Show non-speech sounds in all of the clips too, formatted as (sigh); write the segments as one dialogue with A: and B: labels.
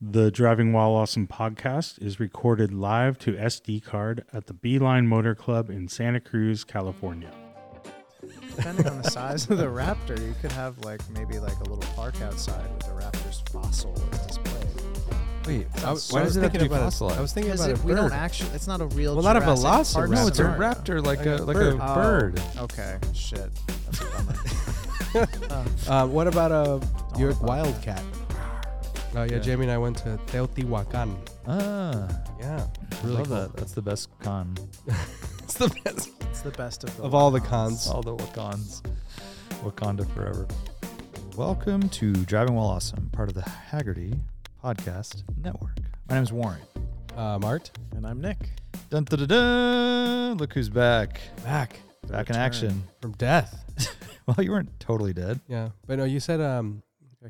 A: The Driving While Awesome podcast is recorded live to SD card at the Beeline Motor Club in Santa Cruz, California.
B: Depending on the size of the raptor, you could have like maybe like a little park outside with the raptor's fossil displayed.
C: Wait, I,
B: Sounds
C: why
B: so-
C: does it have to
D: thinking
C: be
D: about a-
C: fossilized?
D: I was thinking
B: Because
D: about a bird.
B: it- we don't actually, it's not a real.
C: well, not a
B: Jurassic Park
C: velociraptor.
B: scenario.
C: No, it's a raptor, like a like a
B: Oh,
C: bird.
B: Okay, shit. That's a bummer.
D: Uh, what about a
B: Don't
D: York
B: know about
D: wildcat?
C: Oh yeah,
E: Yeah.
C: Jamie and I went to Teotihuacan.
E: Ah,
C: Yeah, really
E: really love
C: cool.
E: that. That's the best con.
C: it's the best
B: It's the best of the
C: of all the
B: cons.
C: cons.
E: All the Wakans. Wakanda forever. Welcome to Driving While Awesome, part of the Haggerty Podcast Network. My name is Warren.
C: Uh, Mart,
B: And I'm Nick.
E: Dun, dun, dun, dun. Look who's back.
C: back
E: Back in
B: return.
E: action.
C: from death.
E: Well, you weren't totally dead.
C: Yeah, but no, you said um,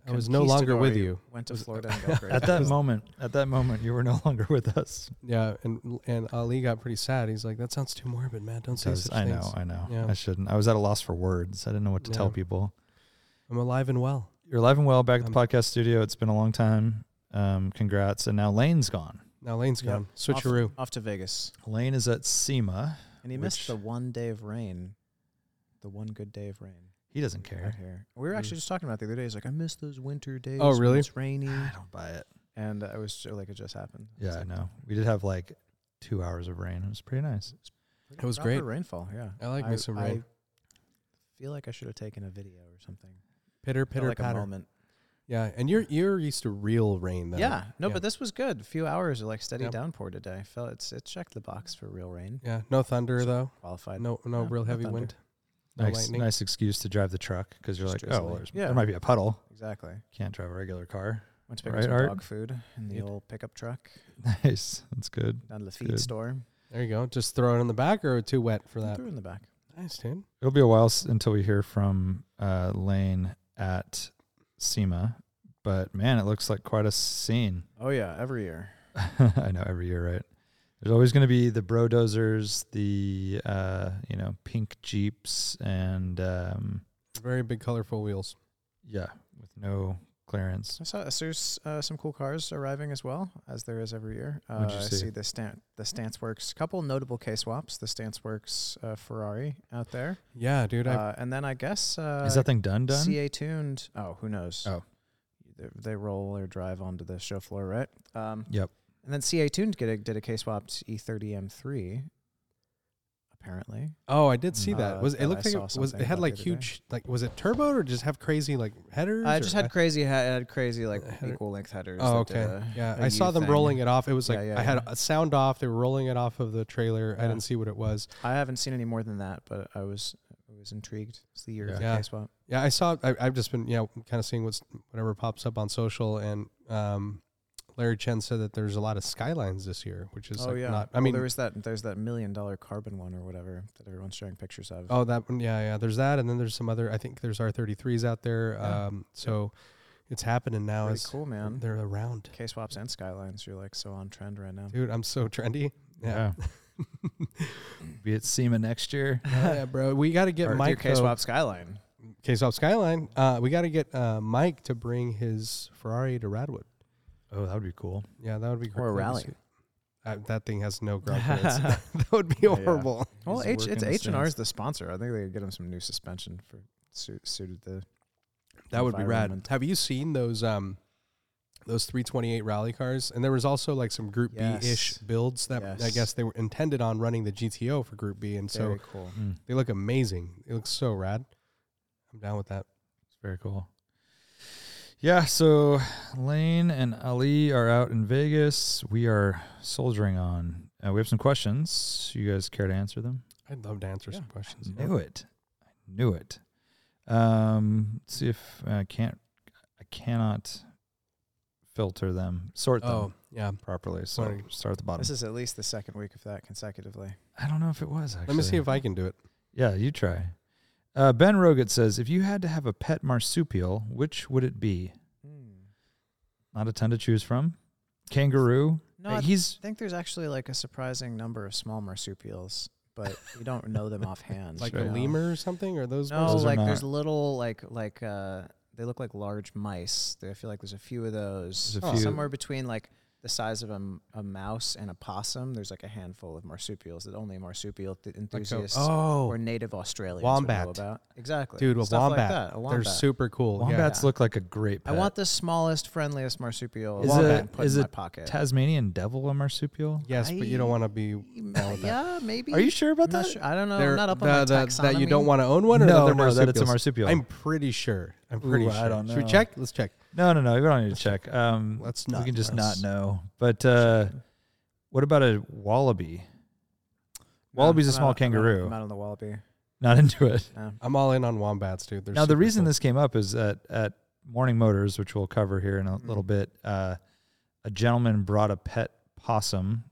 B: A
C: I was no longer
B: conquistador
C: with
B: who
C: you.
B: Went to Florida and got
E: At
B: (laughs)
E: that moment, at that moment, you were no longer with us.
C: yeah, and and Ali got pretty sad. He's like, that sounds too morbid, man. Don't say
E: Because
C: such
E: I
C: things.
E: know, I know.
C: Yeah.
E: I shouldn't. I was at a loss for words. I didn't know what to tell
C: Yeah.
E: people.
C: I'm alive and well.
E: You're alive and well back at the
C: Um,
E: podcast studio. It's been a long time. Um, congrats. And now Lane's gone.
C: Now Lane's
E: Yeah.
C: gone. Switcheroo.
B: Off to Vegas.
E: Lane is at SEMA.
B: And he missed
E: Which-
B: the one day of rain. The one good day of rain.
E: He doesn't
B: out
E: care.
B: here. We were
C: Mm.
B: actually just talking about it the other day. He's like, I miss those winter days.
C: Oh,
B: when
C: really?
B: It's rainy.
E: (sighs) I don't buy it.
B: And I was ju- like, it just happened. It's
E: Yeah, I
B: like
E: know. We did have like two hours of rain. It was pretty nice.
B: pretty
C: It was
B: proper
C: great.
B: rainfall. Yeah.
C: I like me some rain.
B: I feel like I should have taken a video or something.
C: Pitter
B: Pitter
C: pitter
B: like a
C: patter.
B: moment.
C: Yeah, and you're you're used to real rain though.
B: yeah. No,
C: yeah.
B: but this was good. A few hours of like steady
C: Yep.
B: downpour today. I felt it's it checked the box for real rain.
C: Yeah, no thunder though.
B: Qualified.
C: No no
B: yeah,
C: real
B: no
C: heavy
B: thunder.
C: wind. No
E: Nice,
C: lightning.
E: nice excuse to drive the truck because you're
B: Just
E: like, oh, well,
B: drizzly.
E: there's,
B: Yeah.
E: there might be a puddle.
B: Exactly.
E: Can't drive a regular car. (laughs)
B: Went to pick
E: Right,
B: up some
E: Art?
B: dog food in the
C: Yed-
B: old pickup truck
E: Nice, that's good.
B: down to the feed
E: Good.
B: store.
C: There you go. Just throw it in the back or too wet for that.
B: Threw it in the back.
C: Nice, dude.
E: It'll be a while s- until we hear from uh, Lane at SEMA, but man, it looks like quite a scene. (laughs)
B: Oh yeah, every year.
E: I know every year, right? There's always going to be the bro dozers, the uh, you know pink jeeps, and um,
C: Very big colorful wheels.
E: yeah, with no clearance.
B: I saw uh, so there's uh, some cool cars arriving as well as there is every year. Uh,
E: What'd you
B: I
E: see?
B: see the Stan- the StanceWorks couple notable K swaps. The StanceWorks uh, Ferrari out there,
C: Yeah, dude. I,
B: uh, and then I guess uh,
E: Is that thing done? Done?
B: CA tuned. Oh, who knows?
E: Oh.
B: they, they roll or drive onto the show floor, right? Um,
E: Yep.
B: And then CA tuned get a, did a K swapped E30 M3. Apparently,
C: oh, I did see that.
B: Uh,
C: Was it
B: that I
C: looked like
B: saw
C: it was it
B: something
C: had
B: about
C: like
B: the other day.
C: huge like was it turbo or just have crazy like headers?
B: I
C: or-
B: just had crazy ha- had crazy like
C: Uh, header-
B: equal length headers.
C: Oh,
B: that did
C: okay.
B: a-
C: Yeah,
B: a
C: I
B: U
C: saw them
B: thing.
C: rolling it off. It was
B: Yeah,
C: like
B: yeah,
C: I had
B: yeah.
C: a sound off. They were rolling it off of the trailer. I
B: Yeah.
C: didn't see what it was.
B: I haven't seen any more than that, but I was I was intrigued. It's the year of the
C: Yeah.
B: K swap.
C: Yeah, I saw. I, I've just been yeah, kind of seeing what's whatever pops up on social. And um, Larry Chen said that there's a lot of skylines this year, which is like not. I
B: Well,
C: mean,
B: Oh, there was that there's that million dollar carbon one or whatever that everyone's showing pictures of.
C: Oh, that one. Yeah, yeah. There's that, and then there's some other. I think there's R33s out there.
B: Yeah.
C: Um, so it's happening now.
B: pretty
C: It's
B: cool, man.
C: They're around,
B: K swaps and skylines. You're like so on trend right now.
C: dude. I'm so
B: (laughs)
C: trendy. Yeah, (laughs)
E: be at SEMA next year.
C: Oh, yeah, bro. We got to get
B: Or
C: Mike.
B: your K swap skyline.
C: Case off Skyline. Uh, we got to get uh, Mike to bring his Ferrari to Radwood.
E: Oh, that would be cool.
C: Yeah, that would be
B: Or a
C: cool to
B: rally.
C: see. Uh, that thing has
B: (laughs)
C: no ground clearance. (laughs) that would be
B: Yeah, yeah.
C: horrible.
B: Well,
E: He's
B: H
E: working
B: it's
E: the
B: H and R
E: stands.
B: is the sponsor. I think they could get him some new suspension for su- suited the.
C: That would be rad.
B: environment.
C: Have you seen those um those 328 rally cars? And there was also like some Group B ish
B: Yes.
C: builds that I
B: Yes.
C: guess they were intended on running the GTO for Group B, and
B: Very
C: so
B: cool.
E: Mm,
C: they look amazing. It looks so rad. I'm down with that.
E: it's very cool. Yeah, so Lane and Ali are out in Vegas. We are soldiering on. Uh, we have some questions. You guys care to answer them?
C: I'd love to answer
B: Yeah.
C: some questions.
E: Knew it. I knew it. Um, let's see if I can't. I cannot filter them, sort them
C: Oh yeah.
E: properly. So
C: Sorry.
E: start at the bottom.
B: This is at least the second week of that consecutively.
E: I don't know if it was actually.
C: Let me see if I can do it.
E: Yeah, you try. Uh, ben Rogat says, if you had to have a pet marsupial, which would it be?
B: Hmm.
E: Not a ton to choose from. Kangaroo.
B: No,
E: Uh,
B: I
E: he's
B: think there's actually like a surprising number of small marsupials, but we
C: (laughs)
B: don't know them offhand.
C: Like
B: you
C: a
B: know?
C: lemur or something, or those.
B: No,
C: ones?
E: Those are
B: like
E: not-
B: there's little like like uh they look like large mice. There- I feel like there's a few of those.
E: There's a few.
B: Somewhere between like the size of a, m- a mouse and a possum, there's like a handful of marsupials that only marsupial th- enthusiasts
C: oh,
B: or native Australians
C: Wombat.
B: would know about. Exactly,
C: dude, a
B: Stuff like
C: wombat.
B: that, a
C: They're
B: wombat.
C: super cool. Yeah.
E: Wombats look like a great
B: I
E: pet.
B: want the smallest, friendliest marsupial
E: Is
B: that
E: it-
B: I can put
E: is
B: in my
E: it
B: pocket.
E: Tasmanian devil a marsupial?
C: Yes, but you don't
B: I-
C: want to be. that.
B: yeah, maybe.
C: Are you sure
B: I'm
C: about
B: not
C: that?
B: sure. I don't know.
C: They're-
B: I'm not up on
C: the-
B: my
C: the-
B: taxonomy.
C: that you don't want to own one, or
E: No,
C: that they're
E: no, that it's a
C: marsupials?
E: marsupial.
C: I'm pretty sure. I'm pretty
E: Ooh,
C: sure.
E: I don't
C: Should
E: know.
C: we check? Let's check.
E: No, no, no. We don't need to check. Um,
C: Let's
E: We
C: not.
E: can just
C: Let's-
E: not know. But uh, what about a wallaby? Wallaby's a
B: I'm
E: small
B: out- I'm out-
E: kangaroo.
B: I'm out on the wallaby.
E: Not into it.
C: I'm all in on wombats, dude. They're
E: now the
C: super
E: reason
C: cool.
E: this came up is that at Morning Motors, which we'll cover here in a
B: Mm-hmm.
E: little bit, uh, a gentleman brought a pet possum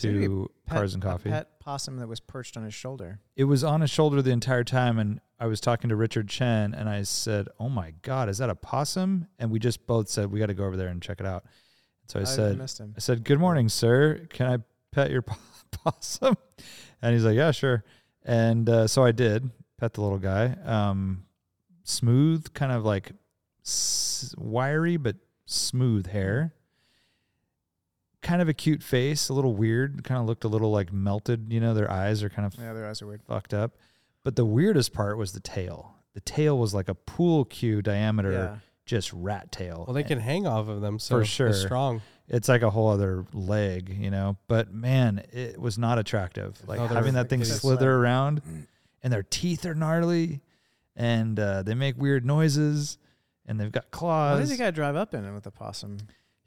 B: Dude,
E: to
B: pet-
E: Cars and
B: a
E: Coffee.
B: pet possum that was perched on his shoulder.
E: It was on his shoulder the entire time, and I was talking to Richard Chen, and I said, "Oh my God, is that a possum?" And we just both said, "We got to go over there and check it out." So I
B: I
E: said,
B: missed him.
E: I said, "Good morning, sir. Can I pet your (laughs) po- possum?" And he's like, "Yeah, sure." And uh, so I did pet the little guy. Um, smooth, kind of like s- wiry but smooth hair. Kind of a cute face, a little weird. Kind of looked a little like melted. You know, their eyes are kind of
B: Yeah, their eyes are weird.
E: fucked up. But the weirdest part was the tail. The tail was like a pool cue diameter,
B: Yeah.
E: just rat tail.
C: Well, they can hang off of them, so
E: For
C: they're
E: sure.
C: strong.
E: it's like a whole other leg, you know. But man, it was not attractive. Like
C: Oh, they're-
E: having that thing
C: it is.
E: slither around, and their teeth are gnarly, and uh, they make weird noises, and they've got
B: Why
E: claws.
B: does the guy drive up in it with a possum?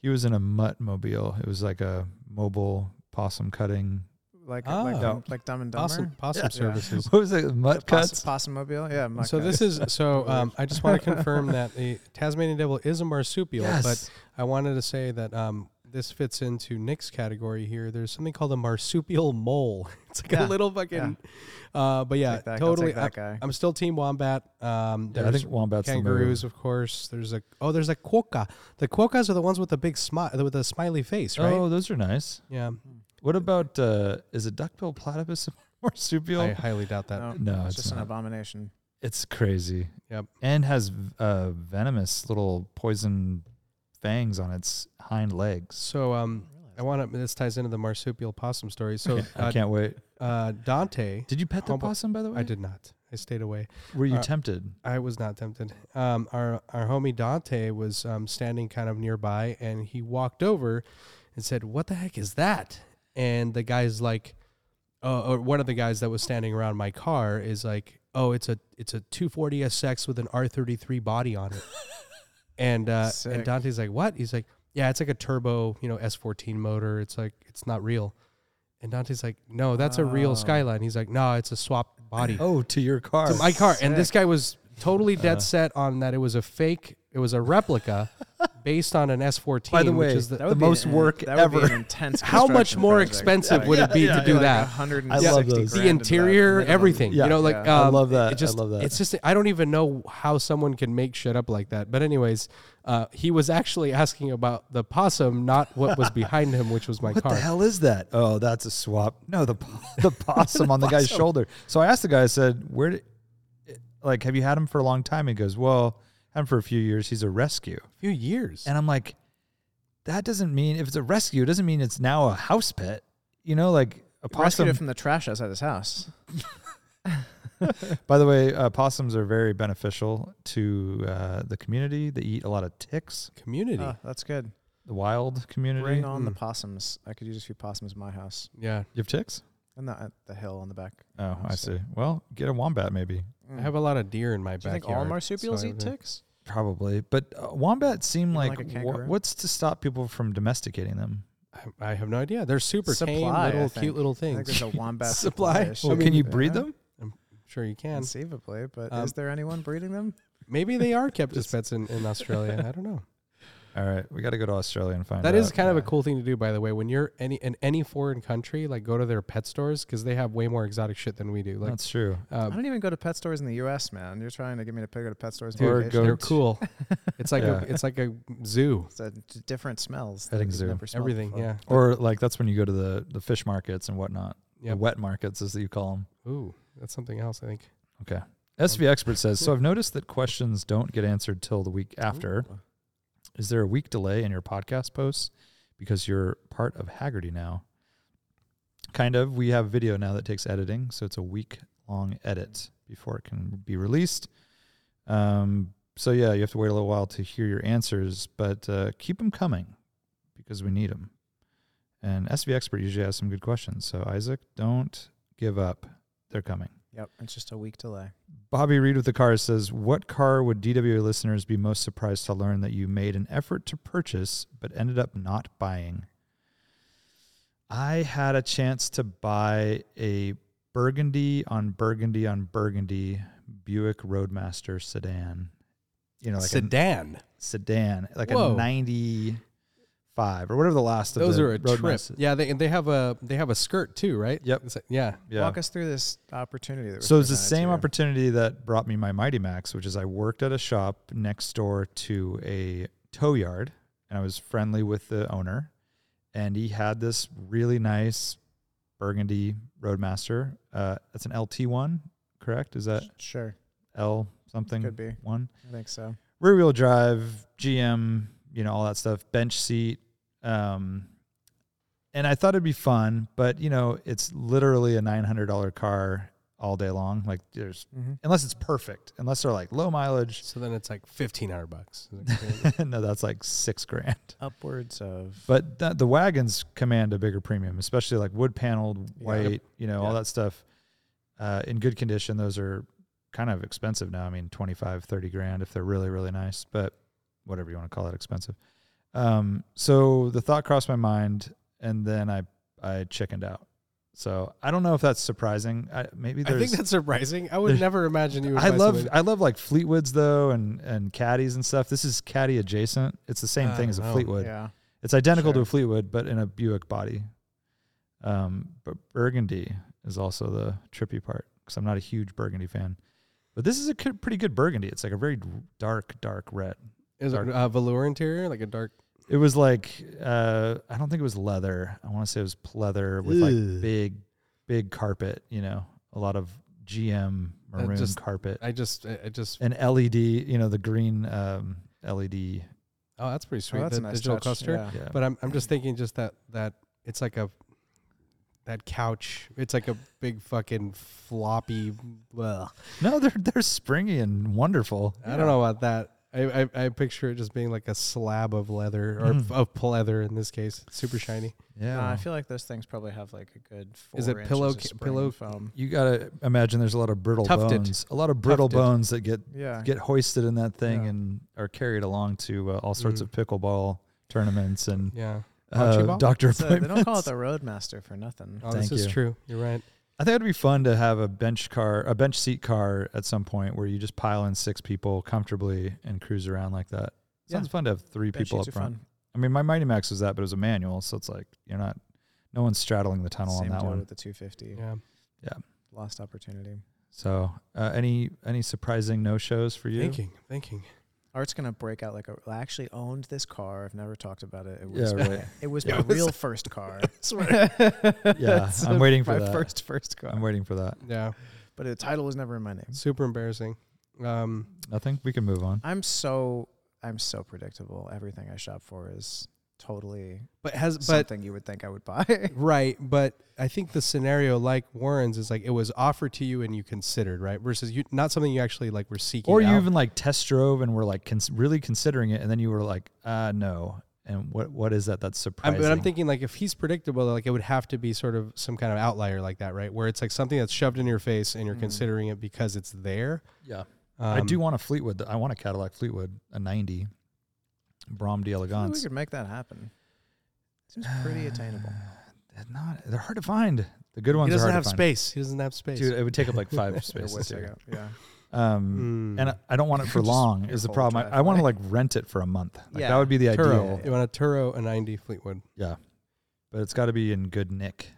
E: he was in a mutt mobile. It was like a mobile possum cutting. (laughs)
B: Like
C: Oh.
B: like,
E: No.
B: like Dumb and Dumber?
C: Possum, possum
B: Yeah.
E: (laughs)
C: services.
E: What was it? Mutt
B: Poss-
E: cuts.
B: possum mobile? Yeah. I'm not
C: So
B: gonna-
C: this is
E: (laughs)
C: so. Um, I just want to confirm that the Tasmanian devil is a marsupial, but
E: Yes.
C: I wanted to say that um, this fits into Nick's category here. There's something called a marsupial mole. (laughs) It's like
B: Yeah.
C: a little fucking. Uh, but yeah,
B: Take that, I'll
C: totally.
B: take that guy.
C: I'm still team wombat. Um,
E: Yeah, I
C: there's
E: think wombats. the move.
C: kangaroos, of course. There's a oh, there's a quokka. The quokkas are the ones with the big smile, with the smiley face, right?
E: Oh, those are nice.
C: yeah.
E: What about uh, is a duckbill platypus (laughs) a marsupial?
C: I highly doubt that.
B: no,
E: No,
B: it's,
E: it's
B: just an
E: not.
B: abomination.
E: It's crazy.
C: Yep.
E: And has uh, venomous little poison fangs on its hind legs.
C: So um, I want to. This ties into the marsupial possum story. So
E: I
C: uh,
E: can't wait.
C: uh, Dante,
E: Did you pet the
C: Humble-
E: possum, by the way?
C: I did not. I stayed away.
E: Were you
C: Uh,
E: tempted?
C: I was not tempted. Um, our our homie Dante was um, standing kind of nearby, and he walked over and said, "What the heck is that?" And the guy's like, "Oh," or one of the guys that was standing around my car is like, "Oh, it's a it's a 240 SX with an R33 body on it." and uh, and
B: Sick.
C: Dante's like, "What?" He's like, "Yeah, it's like a turbo, you know, S14 motor. It's like it's not real." And Dante's like, "No, that's a real
B: Oh.
C: Skyline." He's like, "No, it's a swap body."
E: Oh, to your car.
C: to my car. And this guy was totally
E: Uh-huh.
C: dead set on that it was a fake, it was a
E: (laughs)
C: replica based on an S14.
E: By the
C: which
E: way,
C: is
E: that
C: the,
E: would be most
B: an-
E: work
B: that Would
E: ever.
B: be an intense
C: How much
B: construction
C: more
B: project.
C: expensive would it be to do that?
B: Like 160
E: I love
B: grand
E: those.
C: the
B: in
C: interior,
B: minimum.
C: everything.
E: Yeah.
C: You know, like
B: Yeah.
E: I
C: um,
E: love that.
C: It just,
E: I love that.
C: It's just I don't even know how someone can make shit up like that. But anyways, uh, he was actually asking about the possum, not what was behind him, which was my
E: (laughs) what
C: car.
E: the hell is that? Oh, that's a swap. No, the po- (laughs) the possum on the guy's shoulder. So I asked the guy. I said, "Where, did, like, have you had him for a long time?" He goes, "Well, had him for a few years. He's a rescue."
C: A few years.
E: And I'm like, that doesn't mean if it's a rescue, it doesn't mean it's now a house pet. You know, like a
B: Rescued
E: possum.
B: it from the trash outside his house.
E: by the way, uh, possums are very beneficial to uh, the community. They eat a lot of ticks,
C: Community.
E: uh,
B: Oh, that's good.
E: the wild community.
B: Bring on the
C: Mm.
B: possums. I could use a few possums in my house.
C: yeah.
E: You have ticks?
B: And the, uh, the hill on the back.
E: Oh, I
B: So-
E: see. Well, get a wombat maybe.
B: Mm.
C: I have a lot of deer in my
B: Do you
C: backyard.
B: think all
C: so
B: marsupials
C: I
B: eat
C: don't-
B: ticks?
E: Probably, but uh, wombats seem
B: Even
E: like,
B: like a
E: wha-
B: kangaroo?
E: what's to stop people from domesticating them?
C: I- I have no idea. They're super tame,
B: Supply, I
C: little
B: think.
C: cute little
B: I think
C: things.
B: there's
C: (laughs)
B: a wombat
C: Supply.
B: issue.
C: Well, I
E: Oh, can
C: mean,
E: you breed
B: yeah.
E: them?
C: Sure, you can.
B: Conceivably, but
C: Um,
B: is there anyone breeding them?
C: Maybe they are kept as pets in, in Australia. I
E: (laughs)
C: don't know.
E: All right, we got to go to Australia and find.
C: That
E: out.
C: is kind of a cool thing to do, by the way. When you're any in any foreign country, like go to their pet stores because they have way more exotic shit than we do. Like,
E: That's true.
B: I
C: uh,
B: don't even go to pet stores in the U.S., man. You're trying to get me to pick up pet stores. in
E: Or
B: vacation.
E: go-
C: they're cool.
E: (laughs)
C: It's like
E: Yeah.
C: a, it's like a zoo.
B: It's a d- different smells.
E: Petting
B: that you've
E: zoo.
B: never smelled
C: Everything,
B: before.
C: yeah.
E: Or like that's when you go to the the fish markets and whatnot.
C: Yep.
E: The wet markets, as you call them.
C: Ooh, that's something else. I think.
E: Okay. SV Expert says, so I've noticed that questions don't get answered till the week after. Is there a week delay in your podcast posts because you're part of Haggerty now? Kind of. We have video now that takes editing, so it's a week long edit before it can be released. Um, so yeah, you have to wait a little while to hear your answers, but uh, keep them coming because we need them. And SV Expert usually has some good questions. So Isaac, don't give up. They're coming.
B: Yep, it's just a week delay.
E: Bobby Reed with the car says, "What car would DWA listeners be most surprised to learn that you made an effort to purchase but ended up not buying?" I had a chance to buy a burgundy on burgundy on burgundy Buick Roadmaster sedan. You know, like a
C: Sedan.
E: sedan, like
C: Whoa.
E: a ninety-five or whatever the last of
C: Those
E: the
C: are a trip.
E: Roadmasters-
C: Yeah, they they have a they have a skirt too, right?
E: Yep.
C: It's like- yeah.
E: Yeah.
B: Walk us through this opportunity. That was
E: So it's the
B: presented
E: same
B: to you.
E: opportunity that brought me my Mighty Max, which is I worked at a shop next door to a tow yard and I was friendly with the owner. And he had this really nice burgundy Roadmaster. Uh, that's an LT one, correct? Is that
B: Sure,
E: L something?
B: could be.
E: One
B: I think so.
E: rear wheel drive, GM, you know, all that stuff, bench seat. Um, and I thought it'd be fun, but you know, it's literally a $900 car all day long. Like there's,
B: Mhm.
E: unless it's perfect, unless they're like low mileage. (laughs)
C: So then it's like fifteen hundred bucks.
E: no, that's like six grand.
B: Upwards of
E: But th- the wagons command a bigger premium, especially like wood paneled,
B: Yeah.
E: white, you know, all
B: Yeah.
E: that stuff. Uh, in good condition, those are kind of expensive now. I mean, 25, 30 grand if they're really, really nice, but whatever you want to call it, expensive. Um, so the thought crossed my mind, and then I I chickened out. So I don't know if that's surprising. I, maybe
C: I
E: there's.
C: think that's surprising. I would
E: (laughs) there's-
C: never imagine you would
E: I
C: buy
E: love
C: something-
E: I love like Fleetwoods though and and caddies and stuff. This is caddy adjacent. It's the same
C: I
E: thing
C: don't
E: as a
C: know.
E: Fleetwood.
B: yeah. Oh,
E: It's identical to
B: Sure.
E: a Fleetwood, but in a Buick body. Um, but Burgundy is also the trippy part because I'm not a huge Burgundy fan. But this is a ki- pretty good Burgundy. It's like a very dark, dark red.
C: is it uh, velour interior, like a dark
E: It was like uh, I don't think it was leather. I want to say it was pleather with
C: Ew.
E: like big, big carpet. You know, a lot of GM
C: That
E: maroon
C: just-
E: carpet
C: I just I I just
E: and LED. E You know, the green um, LED.
C: oh that's pretty sweet.
B: Oh, that's
C: the
B: a nice
C: digital
B: touch.
C: cluster.
B: Yeah.
E: Yeah.
C: But I'm I'm just thinking just that that it's like a that couch. It's like a big fucking floppy. Well,
E: no, they're they're springy and wonderful.
C: I don't know about that. I, I I picture it just being like a slab of leather or
E: Mm.
C: of pleather in this case, super shiny.
E: Yeah,
B: Nah, I feel like those things probably have like a good four
C: Is it
B: inches
C: pillow
B: of
C: ca-
B: spring
C: pillow-
B: foam.
E: you gotta imagine there's a lot of brittle
C: Tufted.
E: bones, a lot of brittle
C: Tufted.
E: bones that get
B: Yeah.
E: get hoisted in that thing
B: Yeah.
E: and are carried along to uh, all sorts
C: Mm.
E: of pickleball tournaments and
C: Yeah.
E: uh,
C: Bocce ball?
E: doctor
B: So they don't call it
E: appointments.
B: the Roadmaster for nothing.
C: Oh,
E: Thank
C: this is
E: you.
C: true. You're right.
E: (laughs) I think it'd be fun to have a bench car, a bench seat car at some point where you just pile in six people comfortably and cruise around like that.
B: Yeah.
E: Sounds fun to have three
B: Bench
E: people up
B: seats are
E: front.
B: fun.
E: I mean, my Mighty Max was that, but it was a manual, so it's like you're not, no one's straddling the tunnel
B: Same
E: on that
B: deal
E: one.
B: with the 250.
C: Yeah.
B: Lost opportunity.
E: So, uh, any any surprising no shows for you?
C: Thinking, thinking.
B: Art's gonna break out like a. I actually owned this car. I've never talked about it. It
E: Yeah,
B: was my,
E: right.
B: (laughs) it was
E: Yeah,
B: my
E: it (laughs) was-
B: real first car.
E: (laughs)
B: (laughs)
E: yeah,
B: It's
E: I'm waiting for
B: my
E: that.
B: first first car.
E: I'm waiting for that.
C: Yeah.
B: but the title was never in my name.
C: Super embarrassing. Um
E: Nothing. We can move on.
B: I'm so I'm so predictable. Everything I shop for is totally
C: but has but
B: something you would think I would buy. (laughs)
C: right, but I think the scenario like Warren's is like it was offered to you and you considered, right? Versus you not something you actually like were seeking.
E: Or you
C: out.
E: even like test drove and were like cons- really considering it, and then you were like, uh, no. And what what is that? That's
C: I'm,
E: surprising.
C: but I'm thinking like if he's predictable, like it would have to be sort of some kind of outlier like that, right? Where it's like something that's shoved in your face and you're
B: Mm.
C: considering it because it's there.
E: yeah,
C: Um,
E: I do want a Fleetwood. th- I want a Cadillac Fleetwood, a '90 Brom
B: Maybe we
E: d'Elegance.
B: could make that happen. Seems pretty attainable.
E: (sighs) They're not. They're hard to find. The good ones
C: He
E: are
C: doesn't
E: hard
C: have
E: to find.
C: space. He doesn't have space.
E: Dude, um, it would take up like five
B: They're
E: spaces.
B: worth
E: here.
B: it out, Yeah.
E: Um,
C: Mm.
E: and I, I don't want
C: (laughs)
E: it for
B: Just
E: long. Is the
B: full
E: problem? I, I want to like
B: driveway.
E: rent it for a month. Like that
B: Yeah.
E: would be the ideal.
C: Turo.
B: yeah.
C: You want a Turo, a 90 Fleetwood.
E: But it's got to be in good nick.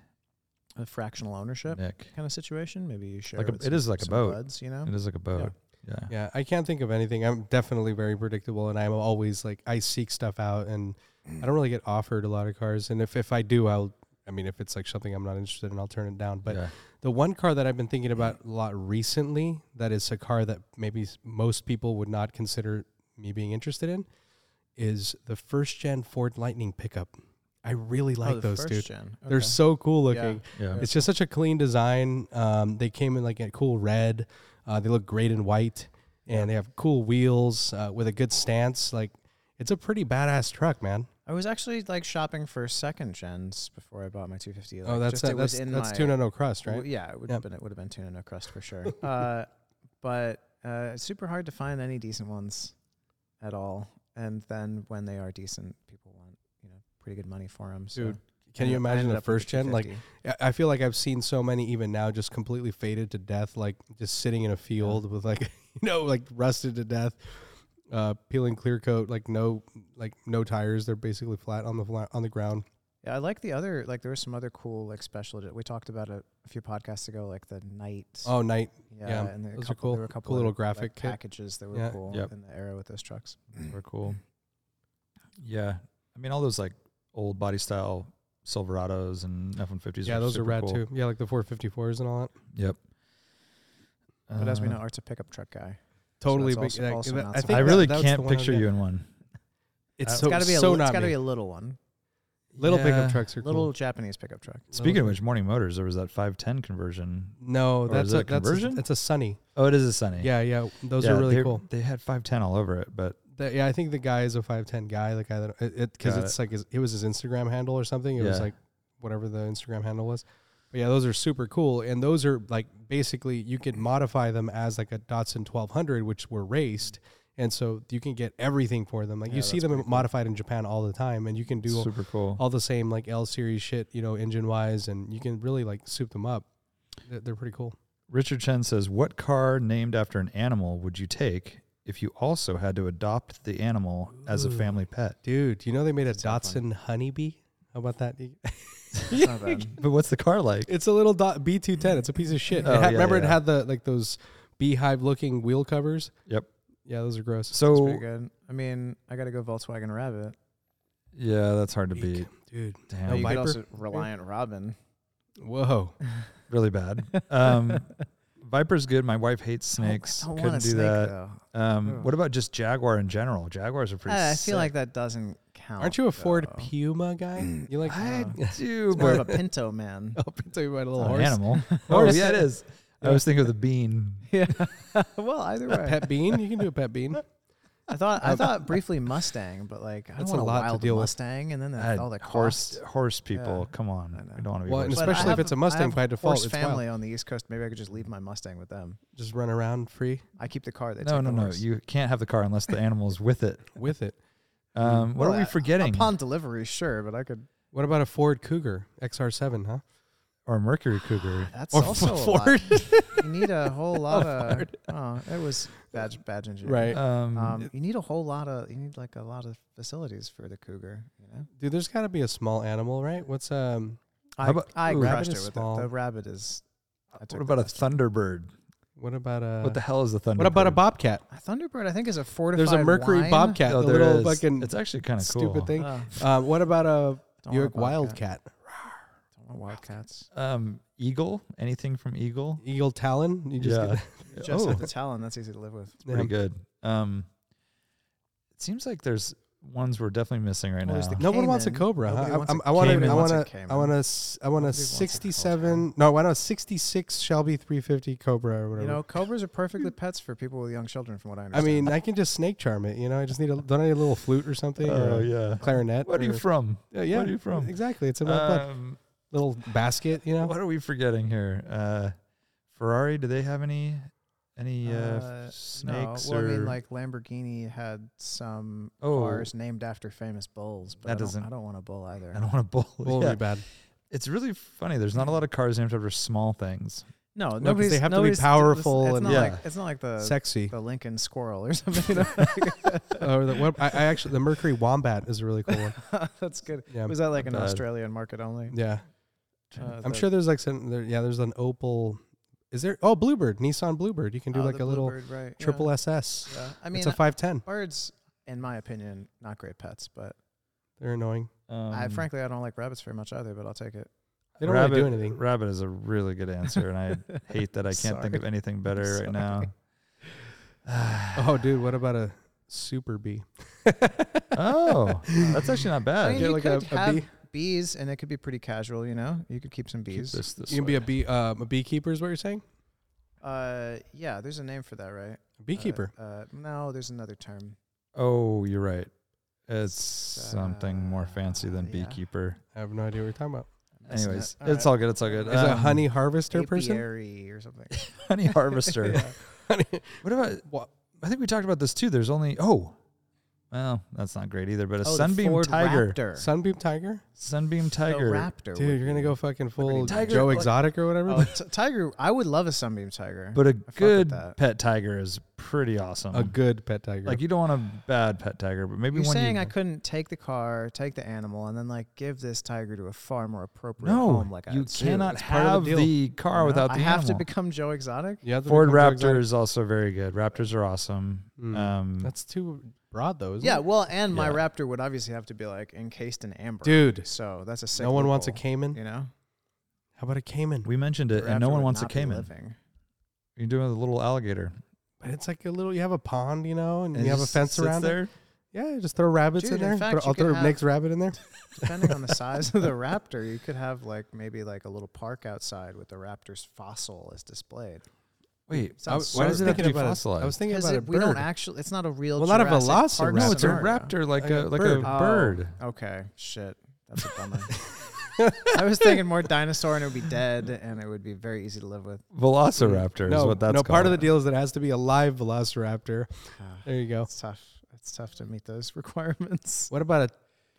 B: A fractional ownership
E: Nick.
B: kind of situation. Maybe you share
E: Like a,
B: with
E: it is like a
B: some
E: boat.
B: buds, you know?
E: It is like a boat. Yeah.
C: Yeah, I can't think of anything. I'm definitely very predictable, and I'm always like I seek stuff out, and I don't really get offered a lot of cars. And if if I do, I'll I mean, if it's like something I'm not interested in, I'll turn it down. But
E: Yeah.
C: the one car that I've been thinking about a lot recently, that is a car that maybe s- most people would not consider me being interested in, is the first gen Ford Lightning pickup. I really like
B: oh, the
C: those,
B: first
C: dude.
B: Gen.
C: They're
B: Okay.
C: so cool
B: Yeah.
C: looking.
E: yeah.
C: It's just such a clean design. Um, they came in like a cool red. Uh, they look great in white, and they have cool wheels uh, with a good stance. Like, it's a pretty badass truck, man.
B: I was actually like shopping for second gens before I bought my 250. Like,
C: oh, that's
B: just
C: that,
B: it was
C: that's
B: in
C: that's
B: my,
C: tuna no crust,
B: w-
C: right?
B: Yeah, it would
C: Yep.
B: have been it would have been tuna no crust for sure. (laughs) uh, but uh, it's super hard to find any decent ones at all. And then when they are decent, people want you know pretty good money for them. So
C: Dude,
B: I
C: Can
B: ended- I
C: you imagine
B: ended
C: the
B: up with
C: first gen? Like,
B: 250.
C: I- I feel like I've seen so many even now, just completely faded to death, like just sitting in a field with like (laughs) you know like rusted to death, uh, peeling clear coat, like no like no tires. They're basically flat on the fla- on the ground.
B: yeah, I like the other like there were some other cool like special. edi- We talked about it a few podcasts ago, like the night.
C: Oh, night.
B: yeah,
C: yeah,
B: and there,
C: those are
B: a couple,
C: cool.
B: there were a couple
C: Cool little
B: other, like,
C: graphic kit.
B: packages that were
C: Yeah.
B: cool
E: Yep.
B: in the era with those trucks.
E: We're cool. Yeah. I mean, all those like old body style Silverados and F 150s.
C: Yeah, those are rad too. Yeah, like the 454s and all that.
E: Yep.
B: But as we
E: Uh,
B: know, Art's a pickup truck guy.
C: Totally
B: that's also-
C: big. like,
B: also
C: that-
B: not
C: I,
B: something-
C: think
E: I
C: that-
E: really
C: that's the
E: can't
C: one I was
E: picture
C: gonna-
E: you in one.
C: It's
E: It's
C: so,
B: It's got to be a
C: so
B: li- it's
C: not
B: got to
C: me.
B: be a little one,
C: little
E: Yeah.
C: pickup trucks are cool.
B: little Japanese pickup truck.
C: (laughs)
E: Speaking of
C: Little-
E: which, Morning Motors, there was that 510 conversion.
C: no,
E: or
C: that's
E: is
C: a,
E: it a
C: that's a,
E: conversion?
C: that's a Sunny.
E: Oh, it is a Sunny.
C: Yeah, yeah, those
E: Yeah,
C: are really
E: they-
C: cool.
E: They had 510 all over it, but
C: The- yeah, I think the guy is a 5'10 guy. The guy that it because
E: Got
C: it's like his, it was his Instagram handle or something. It was
E: Yeah.
C: like whatever the Instagram handle was. But yeah, those are super cool, and those are like basically you could modify them as like a Datsun 1200, which were raced. And so you can get everything for them. Like
B: Yeah,
C: you see
B: that's
C: them
B: pretty cool.
C: modified in Japan all the time, and you can do
E: super cool.
C: all the same like L series shit, you know, engine wise, and you can really like soup them up. They're, they're pretty cool.
E: Richard Chen says, What car named after an animal would you take if you also had to adopt the animal as a
C: Ooh.
E: family pet?
C: Dude, you know they made a
B: That's a tough
C: Datsun honeybee? How about that?
B: It's not bad.
E: But what's the car like?
C: (laughs) It's a little dot B210. It's a piece of shit. It
E: Oh,
C: had-
E: yeah,
C: remember it
E: yeah.
C: had the like those beehive looking wheel covers?
E: Yep.
C: Yeah, those are gross.
B: It's
E: So,
B: pretty good. I mean, I got to go Volkswagen Rabbit.
E: yeah, that's hard to
C: Eek.
E: beat.
C: Dude.
E: Damn.
B: No, you
C: Viper?
B: could also Reliant
C: (laughs)
B: Robin.
C: Whoa.
E: really bad. Um, Viper's good. My wife hates
B: (laughs)
E: snakes.
B: I don't
E: Couldn't
B: want a
E: do
B: snake
E: that.
B: though.
E: Um,
B: Ugh.
E: what about just Jaguar in general? Jaguars are pretty.
B: Ah, I feel like
E: sick.
B: that doesn't count.
C: Aren't you a Ford
B: though.
C: Puma guy? You like
E: I
C: Oh.
E: do,
B: It's more
E: but
B: of a Pinto man.
C: (laughs) I'll tell you about a
E: It's
C: little
E: not an
B: (laughs)
C: horse.
E: animal. (laughs) oh
C: Horse.
E: yeah, it is. I was thinking of the bean.
B: yeah. (laughs) well, either way.
C: Pet bean? You can do a pet (laughs) bean.
B: I thought I thought briefly Mustang, but like I don't
C: Uh, That's a
B: want a,
C: lot to
B: wild
C: deal with.
B: Mustang, and then
E: Ah,
B: the, all the
E: horse
B: cost.
E: horse people.
B: Yeah.
E: Come
B: I
E: on,
B: know.
E: we don't want to be.
C: Well, and
E: horse
B: But I
E: people.
C: especially if
B: have-
C: it's a Mustang
B: I have
C: by default,
B: Horse
C: it's wild.
B: family on the East Coast. Maybe I could just leave my Mustang with them.
C: Just run around free
B: I keep the car. They
E: no,
B: take
E: no,
B: the
E: no.
B: horse.
E: You can't have the car
B: (laughs)
E: unless the animal is with it.
C: with it.
E: Um, what
B: Well,
E: are we
B: uh,
E: forgetting?
B: upon delivery, sure, but I could.
C: What about a Ford Cougar XR7, huh?
E: or Mercury Cougar?
B: That's
C: Or
B: also a lot.
C: Ford.
B: You need a
C: (laughs)
B: whole lot of. Oh, it was bad, bad engineering.
C: Right.
E: Um,
B: Um, you need a whole lot of. You need like a lot of facilities for the cougar. You know.
C: Dude, there's got to be a small animal, right? What's um?
B: I,
E: about-
B: I
E: ooh.
C: Rabbit
B: crushed it
C: is
B: with
C: small.
B: it. The rabbit is. I took the
E: what about a
B: best.
E: Thunderbird?
C: What about a?
E: what the hell is a Thunderbird?
C: Uh, what about a bobcat?
B: A Thunderbird, I think, is a fortified.
C: There's a Mercury
B: wine.
C: bobcat,
E: Oh,
C: the
E: there
C: little
E: is.
C: fucking
E: It's actually kind of cool. Uh,
C: stupid thing.
B: Oh,
C: Um, what about a
B: don't
C: York
B: want a bobcat.
C: wildcat,
B: Don't want wildcats.
E: Um, Eagle. Anything from Eagle?
C: eagle talon? You just
E: Yeah.
C: get
B: You
E: oh,
B: Just have the talon. That's easy to live with.
C: the,
E: pretty good. Um, it seems like there's ones we're definitely missing right
B: Well,
E: now.
B: there's
C: (laughs)
B: the-
C: No one wants a
B: Cayman.
C: cobra.
B: Nobody
C: Huh?
B: wants
C: I'm-
B: a
C: I want to.
E: Cayman.
C: I
B: wants
C: want
E: Nobody
B: a
C: to. I
B: Cayman.
C: want
B: Nobody
C: to. I want a
B: wants a
C: sixty-seven. No, I want a sixty-six Shelby three fifty Cobra or
B: You
C: whatever.
B: know, cobras are perfectly pets for people with young children, from what I
C: I
B: understand.
C: mean, I can just snake charm it. You know, I just need a. Don't I need a little flute or something?
E: oh
C: or a (laughs)
E: yeah.
C: clarinet.
E: What are you
C: or-
E: from?
C: Yeah, yeah,
E: Where are you from?
C: Exactly. It's in my blood.
E: Um,
C: little basket. You know.
E: what are we forgetting here? Uh, Ferrari. Do they have any any uh, f-
B: Uh,
E: snakes
B: no. Well,
E: or?
B: I mean, like Lamborghini had some
E: Oh.
B: cars named after famous bulls, but
E: That
B: I don't,
E: doesn't-
B: I don't want a bull either.
E: I don't want to bull.
C: Bull would
E: yeah.
C: be bad.
E: It's really funny. There's not a lot of cars named after small things.
B: No,
C: 'cause
B: nobody's.
C: they have to be
B: nobody's-
C: powerful
B: it's
C: and-
B: not
E: Yeah.
B: like, it's not like the
C: Sexy.
B: the Lincoln squirrel or (laughs) something.
C: (laughs) or the, what, I, I actually the Mercury (laughs) wombat is a really cool one.
B: (laughs) That's good.
C: Yeah,
B: Was that like an
E: Bad.
B: Australian market only?
C: yeah.
B: Uh,
C: I'm
B: the-
C: sure there's like some. There, yeah, there's an Opal. Is there? Oh, Bluebird, Nissan Bluebird. You can do
B: Oh,
C: like
B: the
C: a little
B: Bluebird, right, yeah.
C: triple SS.
B: Yeah. I mean,
C: it's a five ten.
B: birds, in my opinion, not great pets, but
C: They're annoying.
E: Um,
B: I frankly I don't like rabbits very much either, but I'll take it.
C: They don't
E: rabbit,
C: really do anything.
E: Rabbit is a really good
B: (laughs)
E: answer, and I hate that I can't think of
B: Sorry. (laughs)
E: anything better right now.
C: (laughs) Oh, dude, what about a super bee?
E: (laughs) Oh, that's actually not
B: I
E: bad.
B: mean,
C: get
B: you
C: like a-
B: could
C: a
B: have
C: bee?
B: bees, and it could be pretty casual. You know, you could keep some
E: Keep
B: bees.
E: this this
C: You can be
E: way.
C: a bee, um, a beekeeper is what you're saying?
B: Uh, yeah, there's a name for that, right?
C: A beekeeper.
B: Uh, uh, no, there's another term.
E: Oh, you're right. It's something more
B: uh,
E: fancy than
B: yeah.
E: beekeeper.
C: I have no idea what you're talking about.
B: I'm messing
E: Anyways,
B: it. All
E: it's
B: right.
E: all good. It's all good.
C: Is it a
E: Uh, Um,
C: honey harvester person?
B: uh, Apiary or something.
E: (laughs) honey (laughs)
B: (laughs)
E: harvester?
B: Yeah.
C: Honey-
E: What about? I think we talked about this too. There's only oh, well, that's not great either. But a
B: Oh, the
E: sunbeam
B: Ford
E: tiger,
B: Raptor.
C: Sunbeam tiger?
E: sunbeam
B: The
E: tiger.
B: raptor. would
C: Dude, you're going to
B: be-
C: go fucking full
E: Tiger,
C: Joe
E: like-
C: Exotic or whatever?
B: Oh, t- tiger. I would love a sunbeam tiger.
E: But a
B: with
E: good
B: that.
E: pet tiger is pretty
C: (laughs)
E: awesome.
C: a good pet tiger.
E: like you don't want a bad pet tiger, but maybe
B: you're
E: one
B: saying
E: you,
B: I couldn't take the car, take the animal, and then like give this tiger to a far more appropriate
E: no,
B: home like
E: you
B: a zoo.
E: cannot
B: It's part of
E: have the,
B: deal.
E: car
B: No,
E: without the
B: I have to
E: animal.
B: become Joe Exotic.
C: You have to
E: Ford
C: become Joe
E: Raptor
C: Exotic.
E: is also very good. Raptors are awesome.
C: Mm.
E: Um,
C: That's too broad, though. Isn't
B: Yeah,
C: it?
B: well, and my
E: Yeah.
B: raptor would obviously have to be like encased in amber.
C: dude.
B: so that's a sick
C: No one wants a
B: loophole,
C: caiman.
B: You know,
C: How about a caiman?
E: we mentioned it,
B: The
E: and no
B: raptor
E: one
B: would
E: wants a
B: not be
E: caiman.
B: living.
E: You're doing the little alligator.
C: But it's like a little. You have a pond, you know, and
E: And
C: you
E: it
C: have a
E: just
C: fence
E: sits
C: around it.
E: there.
C: Yeah, you just throw rabbits
B: Dude,
C: in
B: in
C: there.
B: fact,
C: throw,
B: you
C: I'll
B: could
C: throw
B: have-
C: next rabbit in there.
B: Depending on the size of the raptor, you could have like maybe like a little park outside with the raptor's fossil is displayed.
E: Wait,
B: Sounds
E: why- why
B: so
E: does it have to
C: thinking
E: be
C: about it.
E: fossilized?
C: I was thinking
B: Because
C: about a
B: it- we don't
C: bird.
B: actually, it's not a real.
C: Well, not a
B: Jurassic Park
C: velociraptor.
E: no, it's a
B: scenario.
E: raptor, like
C: Like
E: a
C: a
E: like
C: bird.
E: a bird.
B: Okay, shit. That's a bummer.
E: (laughs)
B: I was thinking more dinosaur and it would be dead and it would be very easy to live
E: (sighs)
B: with.
E: Velociraptor is
C: no,
E: what that's
C: no.
E: called.
C: Part of the deal is that it has to be a live velociraptor.
B: Ah,
C: There you go.
B: it's tough. It's tough to meet those (laughs) requirements.
C: What about a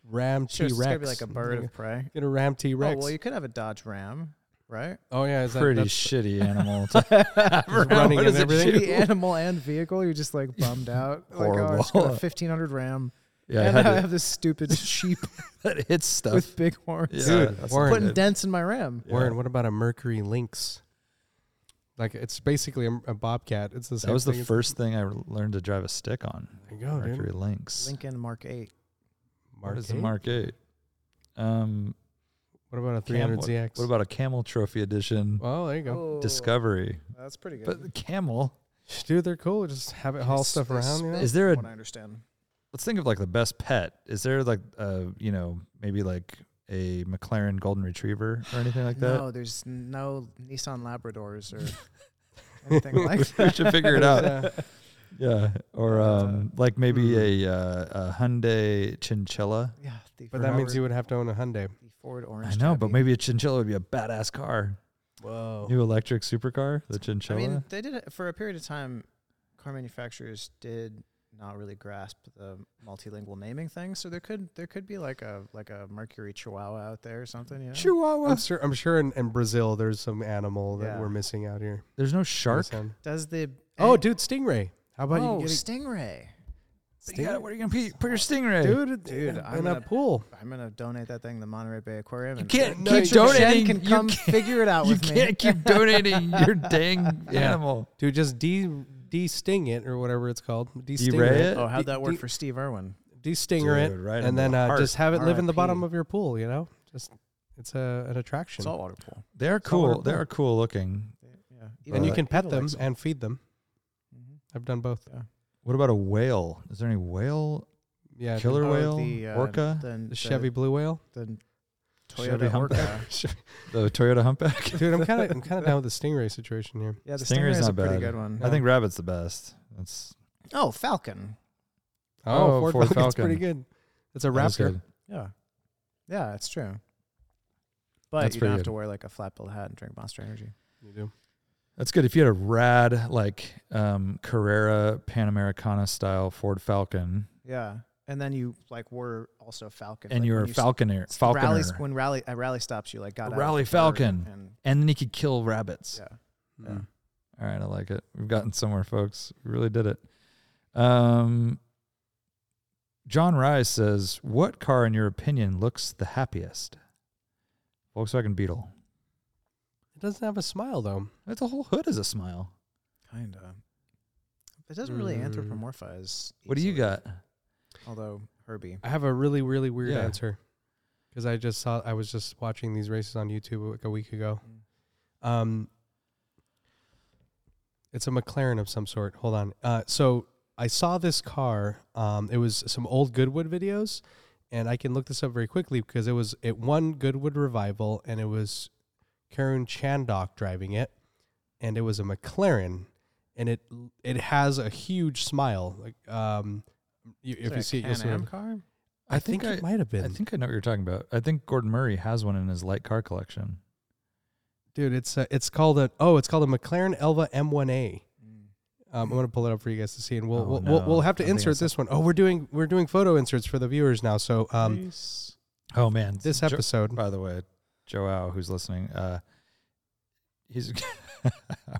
C: ram
B: Sure,
C: T
B: it's
C: Rex?
B: got to be like a bird of prey.
C: Get a ram T
B: Oh,
C: Rex.
B: well, you could have a Dodge Ram,
E: (laughs)
B: right?
C: Oh, yeah, is that
E: pretty
C: that's-
E: shitty animal. to have around.
C: running
E: What
C: and
E: is it,
C: everything?
E: shitty
B: The animal and vehicle, you're just like bummed out. Like, oh, I just got a
E: Horrible.
B: 1500 Ram. (laughs)
E: Yeah, it
B: and I
E: had to-
B: have this stupid sheep
E: (laughs) that hits stuff.
B: with big horns.
E: yeah,
C: Dude,
E: that's not
C: Warren-
B: Putting
E: good.
B: dents in my Ram.
E: Yeah.
C: Warren, what about a Mercury lynx? Like it's basically a, a bobcat. It's the same.
E: That was the
C: thing.
E: first thing I learned to drive a stick on.
C: There you go, dude.
E: Mercury Oh, Lynx.
B: Lincoln Mark 8.
E: What is a
C: Mark eight?
E: Mark Eight? Um,
C: What about a 300
E: Cam-
C: ZX?
E: What about a Camel Trophy Edition
C: Well, there you go,
B: Oh,
E: Discovery?
B: That's pretty good.
E: But the Camel.
C: dude. They're cool. Just have it haul
B: They
C: stuff
B: they
C: around. You know?
B: spin,
E: Is there a-
B: from what I understand.
E: Let's think of like the best pet. Is there like uh you know maybe like a McLaren Golden Retriever or anything like that?
B: No, there's no Nissan Labradors
E: (laughs)
B: or anything (laughs) like that.
E: we should (laughs) figure it out.
B: (laughs)
C: Yeah.
E: Yeah, or
B: Uh,
E: um like maybe
B: hmm.
E: a uh, a Hyundai Chinchilla.
B: (laughs) Yeah, the
C: But that means
B: Ford-
C: you would have to own a Hyundai.
B: the Ford
E: I
B: Orange.
E: know, but
B: Tabby.
E: maybe a Chinchilla would be a badass car.
C: Whoa.
E: New electric supercar,
B: Oh.
E: the
B: I
E: Chinchilla.
B: mean, they did it for a period of time. Car manufacturers did not really grasp the multilingual naming thing, so there could there could be like a like a Mercury Chihuahua out there or something. You know?
E: (laughs) Chihuahua.
C: I'm sure. I'm sure in, in Brazil there's some animal that
B: Yeah.
C: we're missing out here.
E: There's no shark.
C: Some-
B: Does the
C: Oh,
B: any-
C: dude, stingray. How about
B: oh
C: you get a
B: stingray?
E: You gotta- What are you gonna pee? put your stingray?
C: dude?
B: Dude,
C: in
B: I'm
C: in a
B: gonna-
C: pool.
B: I'm gonna donate that thing to the Monterey Bay Aquarium. You
E: can't
C: keep
E: donating.
B: Can
E: You
B: come
E: can't-
B: figure it out
E: (laughs) you
B: with me.
E: can't
B: (laughs)
E: keep donating your dang
C: Yeah.
E: animal.
C: Dude, just de de sting it or whatever it's called. De
E: Deray
C: stinger
E: it?
C: it.
B: Oh, how'd
C: De-
B: that work
C: de-
B: for Steve Irwin?
C: De stinger it,
E: Dude, right in
C: and
E: the
C: then uh,
E: heart.
C: just have it live in the
B: RIP.
C: bottom of your pool. You know, just it's a an attraction.
B: Saltwater pool.
E: They are
C: It's all
E: cool. They
C: wonderful.
E: are cool looking.
B: Yeah. Mm-hmm.
C: and you
E: But-
C: can pet them and feed them. I've done both.
E: What about a whale? Is there any whale?
C: Yeah, dude.
E: Killer whale, orca,
B: the,
C: the Chevy Blue
E: (laughs)
C: Whale.
B: the
E: Chevy
B: Toyota Orca.
E: Humpback. the Toyota Humpback.
C: Dude, I'm kind of I'm kind of down with the stingray situation here.
B: Yeah, the
E: Stinger's
B: Stinger's
E: not
B: a pretty
E: bad.
B: good one.
E: I think rabbit's the best. That's
B: Oh, Falcon.
C: Ford (laughs)
E: Oh, Ford
C: Falcon's
E: Falcon.
C: pretty good. It's a
E: that is
C: Raptor.
E: good.
B: Yeah. Yeah, it's true. But
E: That's
B: you don't
E: pretty
B: have to
E: good.
B: wear like a flat bill hat and drink Monster Energy.
C: You do.
E: That's good. If you had a rad like um, Carrera Panamericana style Ford Falcon,
B: Yeah. And then you like were also Falcon.
E: and
B: like,
E: you're
B: when
E: a
B: s-
E: Falconer,
B: s-
E: Falconer,
B: Rallies, when rally at rally stops, you like got out of
E: Rally
B: the bird
E: Falcon.
B: And
E: and then you could kill rabbits.
B: yeah.
C: Mm.
E: All right, I like it. We've gotten somewhere, folks. We really did it. Um, John Rice says, "What car, in your opinion, looks the happiest?" Volkswagen Beetle.
C: It doesn't have a smile though.
E: That's the whole hood is a smile.
B: Kinda. It doesn't really
C: Mm.
B: anthropomorphize.
E: What do you
B: easily,
E: got?
B: Although Herbie.
C: I have a really really weird
E: Yeah.
C: answer. because I just saw I was just watching these races on YouTube like a week ago. Um, it's a McLaren of some sort. Hold on. Uh, so I saw this car. Um, it was some old Goodwood videos, and I can look this up very quickly because it was it won Goodwood Revival, and it was Karun Chandok driving it, and it was a McLaren, and it it has a huge smile. Like um, you,
B: Is
C: if
B: there
C: you
B: a
C: see it, you'll
B: Can
C: see. it.
B: Am car?
C: I think, it might have been.
E: I think I know what you're talking about. I think Gordon Murray has one in his light car collection.
C: dude. It's a, it's called a oh, it's called a McLaren Elva M1A. Um, I'm gonna pull it up for you guys to see, and we'll
E: Mm. Oh,
C: we'll,
E: no.
C: we'll, we'll have
E: I
C: to
E: think
C: insert
E: it's a-
C: this one. Oh, we're doing we're doing photo inserts for the viewers now. So um,
E: Oh man,
C: this
E: Jo-
C: episode,
E: by the way, Joao, who's listening, uh, he's. (laughs) I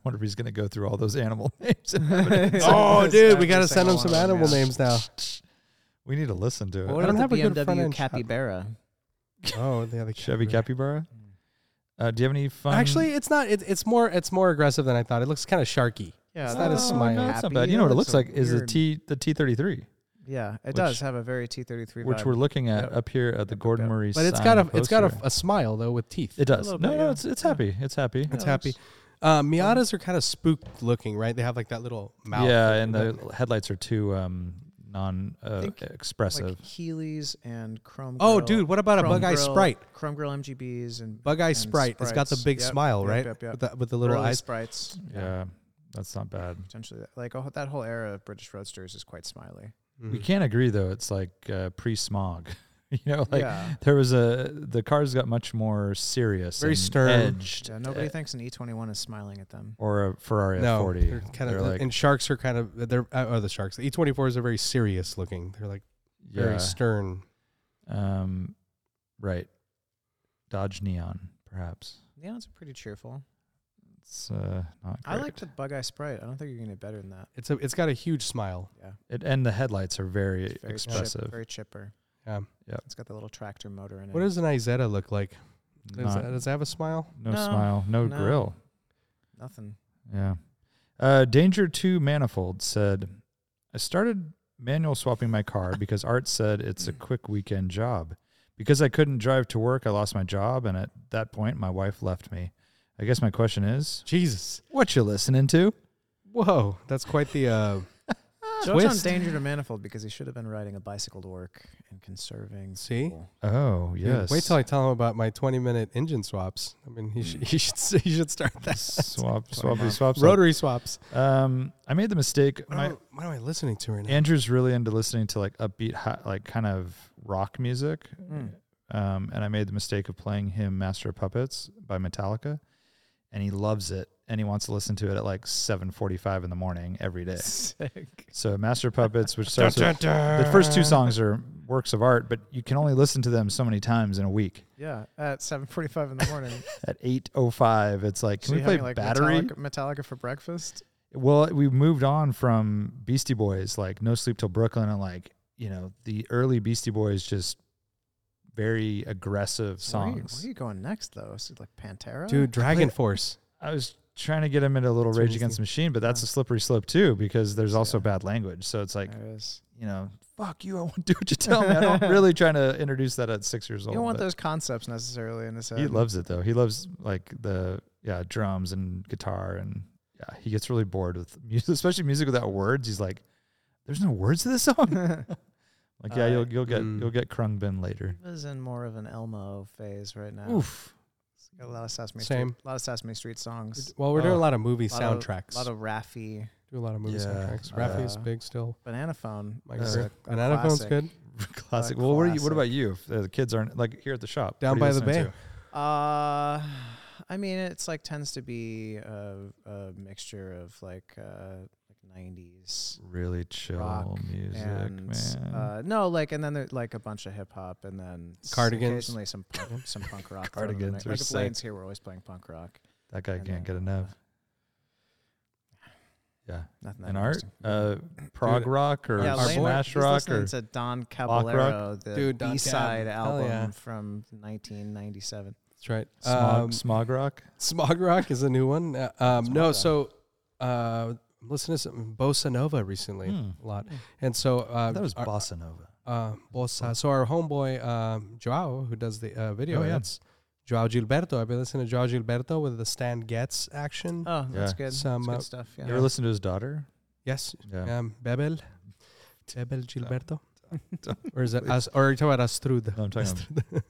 E: wonder if he's going to go through all those animal (laughs) names. and
C: (laughs)
E: have it in-
C: (laughs) oh
B: It's
C: dude,
B: every
C: we gotta send
B: single
C: them some
B: one of them,
C: animal
B: yeah.
C: names now.
E: we need to listen to it.
B: What
C: I don't
B: about
C: have
B: the
C: a good front
B: BMW
C: end shot.
B: Capybara?
C: Oh, yeah, the
E: Chevy
C: cat.
E: Capybara. Uh, do you have any fun?
C: Actually, it's not. It, it's more. It's more aggressive than I thought. It looks kind of sharky.
B: Yeah,
C: It's
B: that
C: not as
B: looks
E: Oh,
C: smiley.
E: No, it's not
B: happy.
E: bad. You know what it looks
B: a
E: like is the
B: weird-
E: T the T thirty three,
B: Yeah, it
E: which-
B: does have a very T33
E: which
B: vibe.
E: we're looking at
B: Yep.
E: up here at the
B: Yep,
E: Gordon
B: yep.
E: Murray.
C: But it's
E: sign
C: got a it's got a,
E: poster.
C: a smile though with teeth.
E: It does. No,
B: little
E: no,
B: bit, yeah.
E: it's it's happy. It's happy.
C: It's
B: Yeah,
C: happy.
B: looks-
C: Uh, Miatas are kind of spook looking, right? They have like that little mouth.
E: Yeah, and the headlights are too um, non uh,
B: think,
E: expressive.
B: Like Heelys and Chrome.
C: oh,
B: Grill-
C: dude, what about a
B: Chrome
C: bug eye
B: Grill-
C: sprite?
B: Chrome Grill MGBs and
C: Bug eye
B: and
C: sprite. It's got the
B: Sprites.
C: big
B: Yep,
C: smile,
B: yep,
C: right?
B: Yep, yep.
C: With, the, with the little
B: Early
C: eyes.
B: sprites.
E: yeah, that's not bad.
B: potentially that- like oh, that whole era of British roadsters is quite smiley.
C: Mm-hmm.
E: We can't agree though. It's like uh, pre smog. (laughs) you know, like
B: yeah,
E: (laughs) there was a the cars got much more serious,
C: Very
E: and
C: stern.
E: edged,
B: yeah. Nobody
E: uh,
B: thinks an E21 is smiling at them.
E: or a Ferrari
C: no,
E: F40.
C: they're kind
E: They're
C: of,
E: like,
C: and sharks are kind of they're uh, or the sharks. The E24s are very serious looking. They're like very
E: yeah,
C: stern.
E: um, right. Dodge Neon, perhaps.
B: Neons are pretty cheerful.
E: It's uh, not great.
B: I like the bug eye sprite. I don't think you're gonna get better than that.
C: It's a it's got a huge smile.
B: Yeah,
E: it, and the headlights are very,
B: it's very Chip,
E: expressive.
B: very chipper.
C: Yeah.
B: It's got the little tractor motor in it.
C: What does an Izetta look like? Does,
E: Not-
C: that, does it have a smile?
E: no,
B: No,
E: smile, no
B: no.
E: grill.
B: Nothing.
E: Yeah. Uh, Danger to Manifold said, I started manual swapping my
C: (laughs)
E: car because Art said it's a
C: Mm.
E: quick weekend job. Because I couldn't drive to work, I lost my job, and at that point, my wife left me. I guess my question is,
C: Jesus.
E: what you listening to?
C: Whoa, that's quite the uh,
B: Jokes on
C: twist.
B: danger to manifold because he should have been riding a bicycle to work and conserving.
C: See?
B: fuel.
E: Oh
C: Dude,
E: yes.
C: Wait till I tell him about my 20 minute engine swaps. I mean, he should (laughs) he should he should start that.
E: (laughs) swap,
B: Sorry, Mom.
E: swappy swaps.
C: Rotary swaps.
E: Um, I made the mistake.
C: What,
E: My,
C: am, I, what am I listening to right now?
E: Andrew's really into listening to like upbeat, hi- like kind of rock music,
C: Hmm.
B: Mm.
E: um, and I made the mistake of playing him Master of Puppets by Metallica, and he loves it, and he wants to listen to it at like 7:45 in the morning every (laughs) day.
B: Sick.
E: So Master of Puppets,
B: (laughs)
E: which starts with, the first two songs are works of art, but you can only listen to them so many times in a week.
B: Yeah, at 7:45 in the
E: (laughs)
B: morning.
E: At 8:05, it's like, can
B: So
E: we
B: you
E: play
B: having, like
E: Battery?
B: Metallica, Metallica for breakfast?
E: Well, we moved on from Beastie Boys, like No Sleep Till Brooklyn, and like you know the early Beastie Boys, just very aggressive
B: So Where are you,
E: songs.
B: where are you going next though? Is it like Pantera?
C: Dude, Dragon Force.
E: I was trying to get him into a little
C: That's
E: Rage
C: easy.
E: Against the Machine, but that's
B: Yeah.
E: a slippery slope too because there's also
B: Yeah.
E: bad language. So it's like
B: There it is.
E: you know, fuck you, I won't do what you tell me. I don't really trying to introduce that at six years
B: You
E: old.
B: don't want
E: but
B: those concepts necessarily in his head.
E: He loves it though. He loves like the yeah drums and guitar and yeah he gets really bored with (laughs) music, especially music without words. He's like, there's no words to this song. (laughs) Like yeah,
B: Uh,
E: you'll you'll get
C: Mm.
E: you'll get Krung Bin later. (laughs)
B: is in more of an Elmo phase right now.
E: Oof.
B: He's got a lot of Sesame
C: Same.
B: Street, a lot of Sesame Street songs,
C: Well, we're doing a
E: Oh.
C: lot of movie
B: Lot of-
C: soundtracks.
B: a lot of Raffi,
C: do a lot of movie
E: Yeah,
C: soundtracks.
E: uh,
C: Rafi's big still.
B: Banana Phone.
C: Mike
E: Uh,
B: is
C: Kirk.
B: a- a
C: and Anaphone's
B: classic.
C: good.
E: Classic. well, what, are you, what about you? If the kids aren't like here at the shop,
C: Down
E: what are
C: by
E: you
C: the
E: listening
C: bay.
E: to?
B: Uh, I mean, it's like tends to be a, a mixture of like uh, like '90s
E: Really chill
B: Rock
E: music,
B: and
E: man.
B: uh, no, like and then there, like a bunch of hip hop and then s-
C: Cardigans.
B: occasionally some punk, some punk rock. thrown in there.
E: Cardigans are
B: like
E: sick.
B: Blaine's here, we're always playing punk rock.
E: that guy
B: and
E: can't
B: then, uh,
E: get enough. Yeah,
B: Nothing. that
E: and art,
B: interesting.
E: uh, prog
C: Dude,
E: rock or
B: yeah,
C: our
B: Lane,
C: boy-
E: smash
B: he's
E: rock
B: listening
E: or
B: to Don Caballero, the
C: Dude, Don Cab.
B: B-side
C: Hell
B: album
C: yeah.
B: from 1997.
C: That's right.
E: smog,
C: Um,
E: smog rock.
C: (laughs) Smog Rock is a new one. Uh, um,
B: Smog
C: no,
B: Rock.
C: so uh, I'm listening to some bossa nova recently
E: Hmm.
C: a lot, and so uh,
E: That was
C: our-
E: bossa nova.
C: uh, both sides. So our homeboy um, Joao, who does the uh, video
E: Oh, yeah.
C: edits, Joao Gilberto. I've been listening to Joao Gilberto with the Stan Getz action.
B: Oh, that's
E: Yeah.
B: good.
C: Some,
B: that's good
C: uh,
B: stuff.
E: You ever
B: Yeah.
E: listen to his daughter?
C: yes,
E: Yeah.
C: um, Bebel, Bebel Gilberto, or is it? As, or are you talking about Astrud? (laughs)
E: No, I'm talking about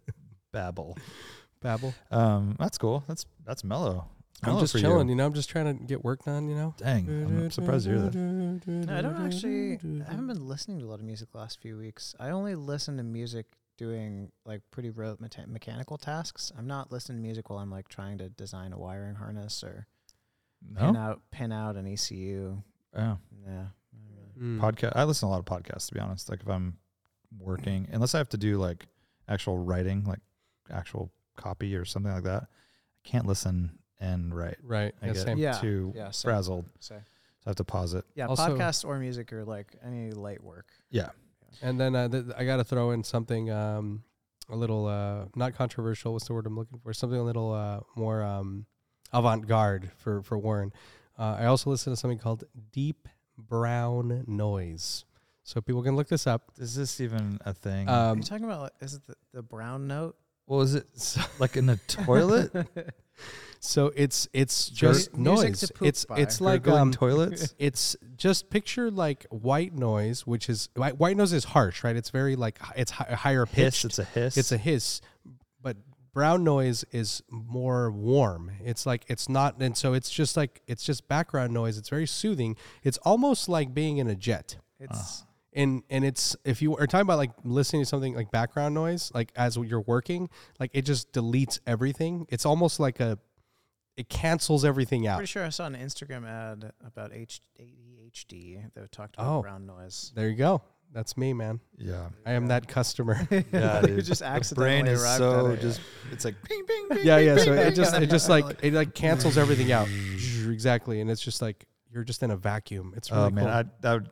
E: Babel.
C: Babel.
E: Um, that's cool. That's that's mellow.
B: Oh,
C: I'm
E: Mellow
C: just
E: for
C: chilling. You.
E: You.
C: know, I'm just trying to get work done. You know.
E: Dang, I'm surprised to hear
B: (laughs)
E: that.
B: No, I don't actually.
E: Mm-hmm.
B: I haven't been listening to a lot of music the last few weeks. I only listen to music doing like pretty rote meta- mechanical tasks. I'm not listening to music while I'm like trying to design a wiring harness or pin
E: No,
B: out pin out an E ECU.
E: yeah.
B: Yeah. not really.
C: Mm.
E: podcast. I listen to a lot of podcasts to be honest. Like if I'm working, unless I have to do like actual writing, like actual copy or something like that, I can't listen and write.
C: Right.
E: I
C: yeah,
E: get
C: same.
B: Yeah,
E: too
B: yeah, same.
E: frazzled,
B: So
E: so I have to pause it.
B: yeah,
C: Also-
B: podcasts or music or like any light work.
C: And then uh, th- I got to throw in something um, a little uh, not controversial. What's the word I'm looking for? Something a little uh, more um, avant-garde for for Warren. Uh, I also listen to something called deep brown noise. So people can look this up.
E: Is this even a thing?
B: Are
C: Um,
B: you talking about like, is it the, the brown note?
E: well, is it
C: (laughs)
E: like in a toilet?
C: so it's it's just
B: music to
C: noise.
B: poop
C: It's
B: by.
C: it's like
E: Gurgling
C: um, (laughs)
E: (laughs) toilets.
C: it's just picture like white noise, which is white, white noise is harsh, right? It's very like hi- it's hi- higher pitched.
E: Hiss. It's a hiss.
C: It's a hiss, but brown noise is more warm. It's like it's not, and so it's just like it's just background noise. It's very soothing. It's almost like being in a jet.
B: It's
C: And and it's if you are talking about like listening to something like background noise, like as you're working, like it just deletes everything. It's almost like a it cancels everything out.
B: pretty sure I saw an Instagram ad about H- ADHD that talked about
C: Oh.
B: brown noise.
C: There you go. That's me, man. (laughs)
E: yeah.
C: I am that customer.
B: (laughs)
E: Yeah,
B: you
E: dude.
B: just
E: The brain
B: accidentally
E: is
B: arrived
E: so
B: at it.
E: just. It's like ping, ping, ping.
C: yeah, yeah. So it just it just like it like cancels everything out. exactly. And it's just like you're just in a vacuum. It's really
E: oh man,
C: cool.
E: I that would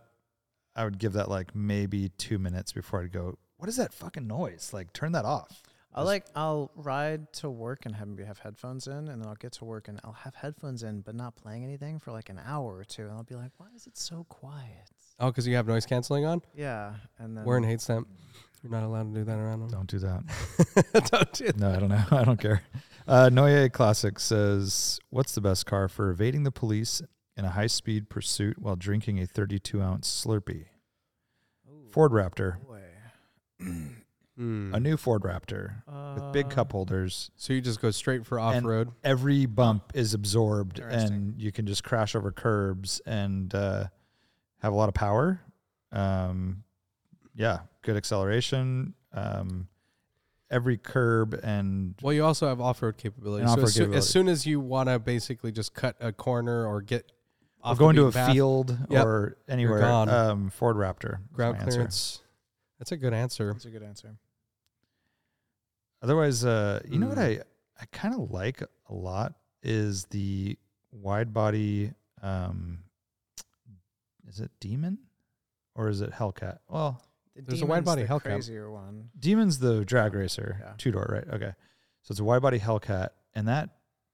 E: I would give that like maybe two minutes before I'd go. What is that fucking noise? Like turn that off.
B: I like I'll ride to work and have have headphones in, and then I'll get to work and I'll have headphones in, but not playing anything for like an hour or two, and I'll be like, "Why is it so quiet?"
C: oh, because you have noise canceling on?
B: Yeah, and then
C: Warren hates them. You're not allowed to do that around him.
E: Don't do that.
C: (laughs) Don't do that.
E: (laughs) No, I don't know. (laughs) I don't care. Uh, Noye Classic says, "What's the best car for evading the police in a high-speed pursuit while drinking a 32-ounce Slurpee?"
B: Ooh,
E: Ford Raptor,
B: boy.
E: a new Ford Raptor with big
B: Uh,
E: cup holders.
C: So you just go straight for off road.
E: Every bump is absorbed, and
B: Interesting.
E: you can just crash over curbs and uh, have a lot of power. Um, yeah, good acceleration. Um, every curb and
C: Well, you also have off road capability.
E: And
C: So
E: off-road
C: as, soo- as
E: capability.
C: soon as you want to basically just cut a corner or get
E: Or
C: off the
E: go into
C: beaten
E: a
C: path,
E: field
C: Yep.
E: or anywhere.
C: gone.
E: Um, Ford Raptor. is
C: ground
E: my answer.
C: clearance. That's a good answer.
B: That's a good answer.
E: Otherwise, uh, you know what
C: Mm.
E: I I kind of like a lot is the wide body. Um, is it Demon or is it Hellcat? Well,
B: The
C: There's a wide
B: Demon's
C: body
B: the
C: Hellcat.
B: crazier one.
E: Demon's the drag racer,
B: Yeah.
E: two door, right? Okay, so it's a wide body Hellcat, and that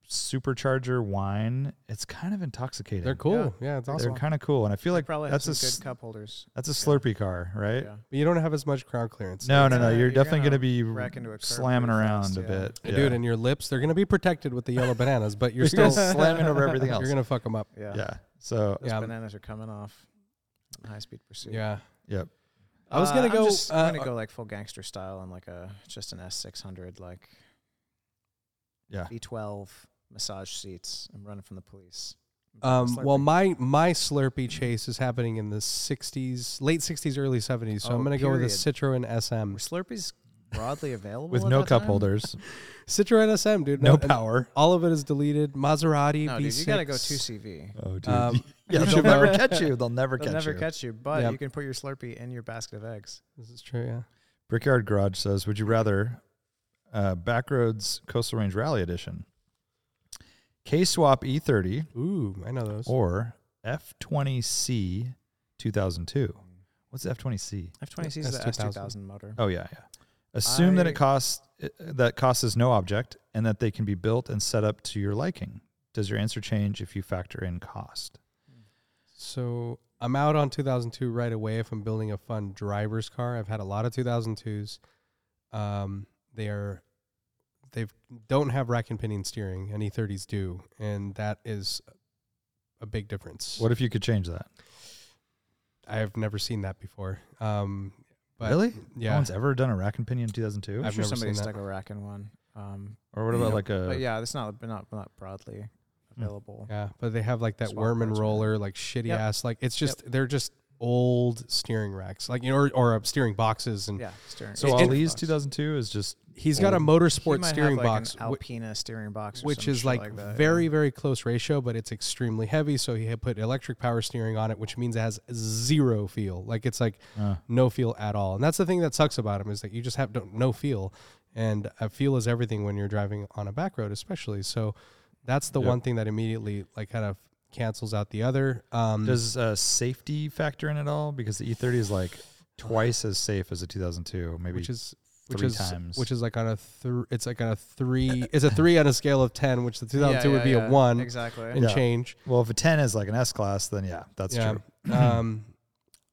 E: supercharger wine. It's kind of intoxicating.
C: They're cool. Yeah, it's awesome.
E: They're kind of cool, and I feel
B: They
E: like
B: probably
E: that's a
B: have some
E: s-
B: good cup holders.
E: that's a Slurpee car, right?
B: Yeah.
C: But you don't have as much ground clearance.
E: No, no,
B: It's
E: no.
B: gonna-
E: You're,
B: you're
E: definitely
B: gonna
E: going to be
B: wreck into a curb
E: slamming
B: pretty
E: around
B: fast,
E: a
B: yeah.
E: bit.
C: Dude,
E: yeah.
C: and your lips, they're going to be protected with the yellow bananas,
B: (laughs)
C: but you're,
E: You're still
C: still
E: slamming over everything else.
C: (laughs) You're going to fuck them up.
B: Yeah.
E: yeah. So
B: Those
C: Yeah.
B: bananas are coming off. High speed pursuit.
C: Yeah.
B: I
C: I was gonna go,
B: I'm, just, I'm
C: uh,
B: gonna go like full gangster style on like a just an S six hundred like
E: Yeah.
B: V twelve massage seats. I'm running from the police.
C: Um, well,
B: Slurpee.
C: my my Slurpee chase is happening in the '60s, late '60s, early '70s. So I'm
B: Oh,
C: gonna go with a
B: period.
C: Citroen SM.
B: Were Slurpees broadly available
E: with
B: at
E: no
B: that
E: cup
B: time? (laughs)
E: holders,
C: Citroen SM, dude.
E: no
C: and
E: power.
C: All of it is deleted. Maserati
B: No,
C: V6.
B: dude, you gotta go two CV.
E: Oh, dude.
B: (laughs)
C: Um,
E: yeah, they'll
C: Chevelle.
E: never catch you. They'll never
B: They'll
E: catch
B: never
E: you.
B: catch you, but
C: Yep.
B: you can put your Slurpee in your basket of eggs.
C: This is true. Yeah.
E: Brickyard Garage says, "Would you rather uh, Backroads Coastal Range Rally Edition, E K Swap E30,
C: Ooh, I know those.
E: or F20C 2002? What's F20C?
B: F twenty C is the S
C: S2000.
B: two thousand motor.
E: Oh yeah, yeah. Assume that
B: I-
E: it costs it- that cost is no object, and that they can be built and set up to your liking. Does your answer change if you factor in cost?
C: So I'm out on 2002 right away if I'm building a fun driver's car. I've had a lot of 2002s. Um, they are they don't have rack and pinion steering. Any 30s do, and that is a big difference.
E: What if you could change that?
C: I have never seen that before. Um, but
E: really?
C: Yeah.
E: No one's ever done a rack and pinion in 2002.
B: I'm
C: I've
B: sure
C: never
B: somebody
C: seen that. Uh,
B: stuck a rack in one. Um,
E: Or what about
C: Yeah.
E: like a?
B: but yeah, it's not not not broadly
E: Hmm.
B: available.
C: Yeah, but they have like that
B: Swap
C: worm and
B: racks, right?
C: roller, like shitty
B: Yep.
C: ass. Like it's just they're just old steering racks, like you know, or, or uh, steering boxes. And
B: Yeah, steering.
E: So
C: It- it-
E: Ali's 2002 is just
C: he's got a
E: Old.
B: He might
C: motorsport
B: have,
C: steering
B: like,
C: box,
B: an
C: whi-
B: Alpina steering box, or
C: which
B: some
C: is
B: shit that,
C: like,
B: yeah.
C: very very close ratio, but it's extremely heavy. So he had put electric power steering on it, which means it has zero feel. Like it's like
E: uh,
C: no feel at all. And that's the thing that sucks about him is that you just have don't, no feel. And uh, feel is everything when you're driving on a back road, especially. So that's the
E: Yep.
C: one thing that immediately like kind of cancels out the other. Um,
E: does uh, safety factor in at all? Because the E30 is like twice as safe as a 2002, maybe
C: which is
E: three
C: which is
E: times.
C: which is like on a three. It's like on a three. it's a three on a scale of ten, which the
B: (laughs)
C: 2002
B: Yeah,
C: would be
B: yeah,
C: a
B: yeah,
C: one
B: Exactly.
C: and
E: Yeah.
C: change.
E: well, if a 10 is like an S class, then yeah, that's
C: yeah.
E: true.
C: um,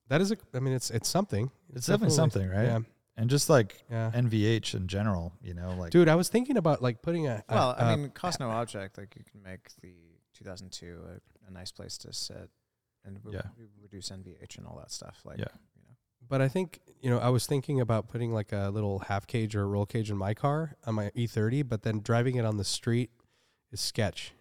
C: that is a. I mean, it's it's something.
E: It's definitely something, right?
C: Yeah.
E: And just like
C: Yeah.
E: NVH in general, you know, like
C: Dude, I was thinking about like putting a. a-
B: Well, I
C: a-
B: mean, cost no object. Like you can make the 2002 a, a nice place to sit, and we,
E: Yeah.
B: we reduce NVH and all that stuff. Like,
E: Yeah.
C: But I think you know I was thinking about putting like a little half cage or a roll cage in my car on my E30, but then driving it on the street is sketch.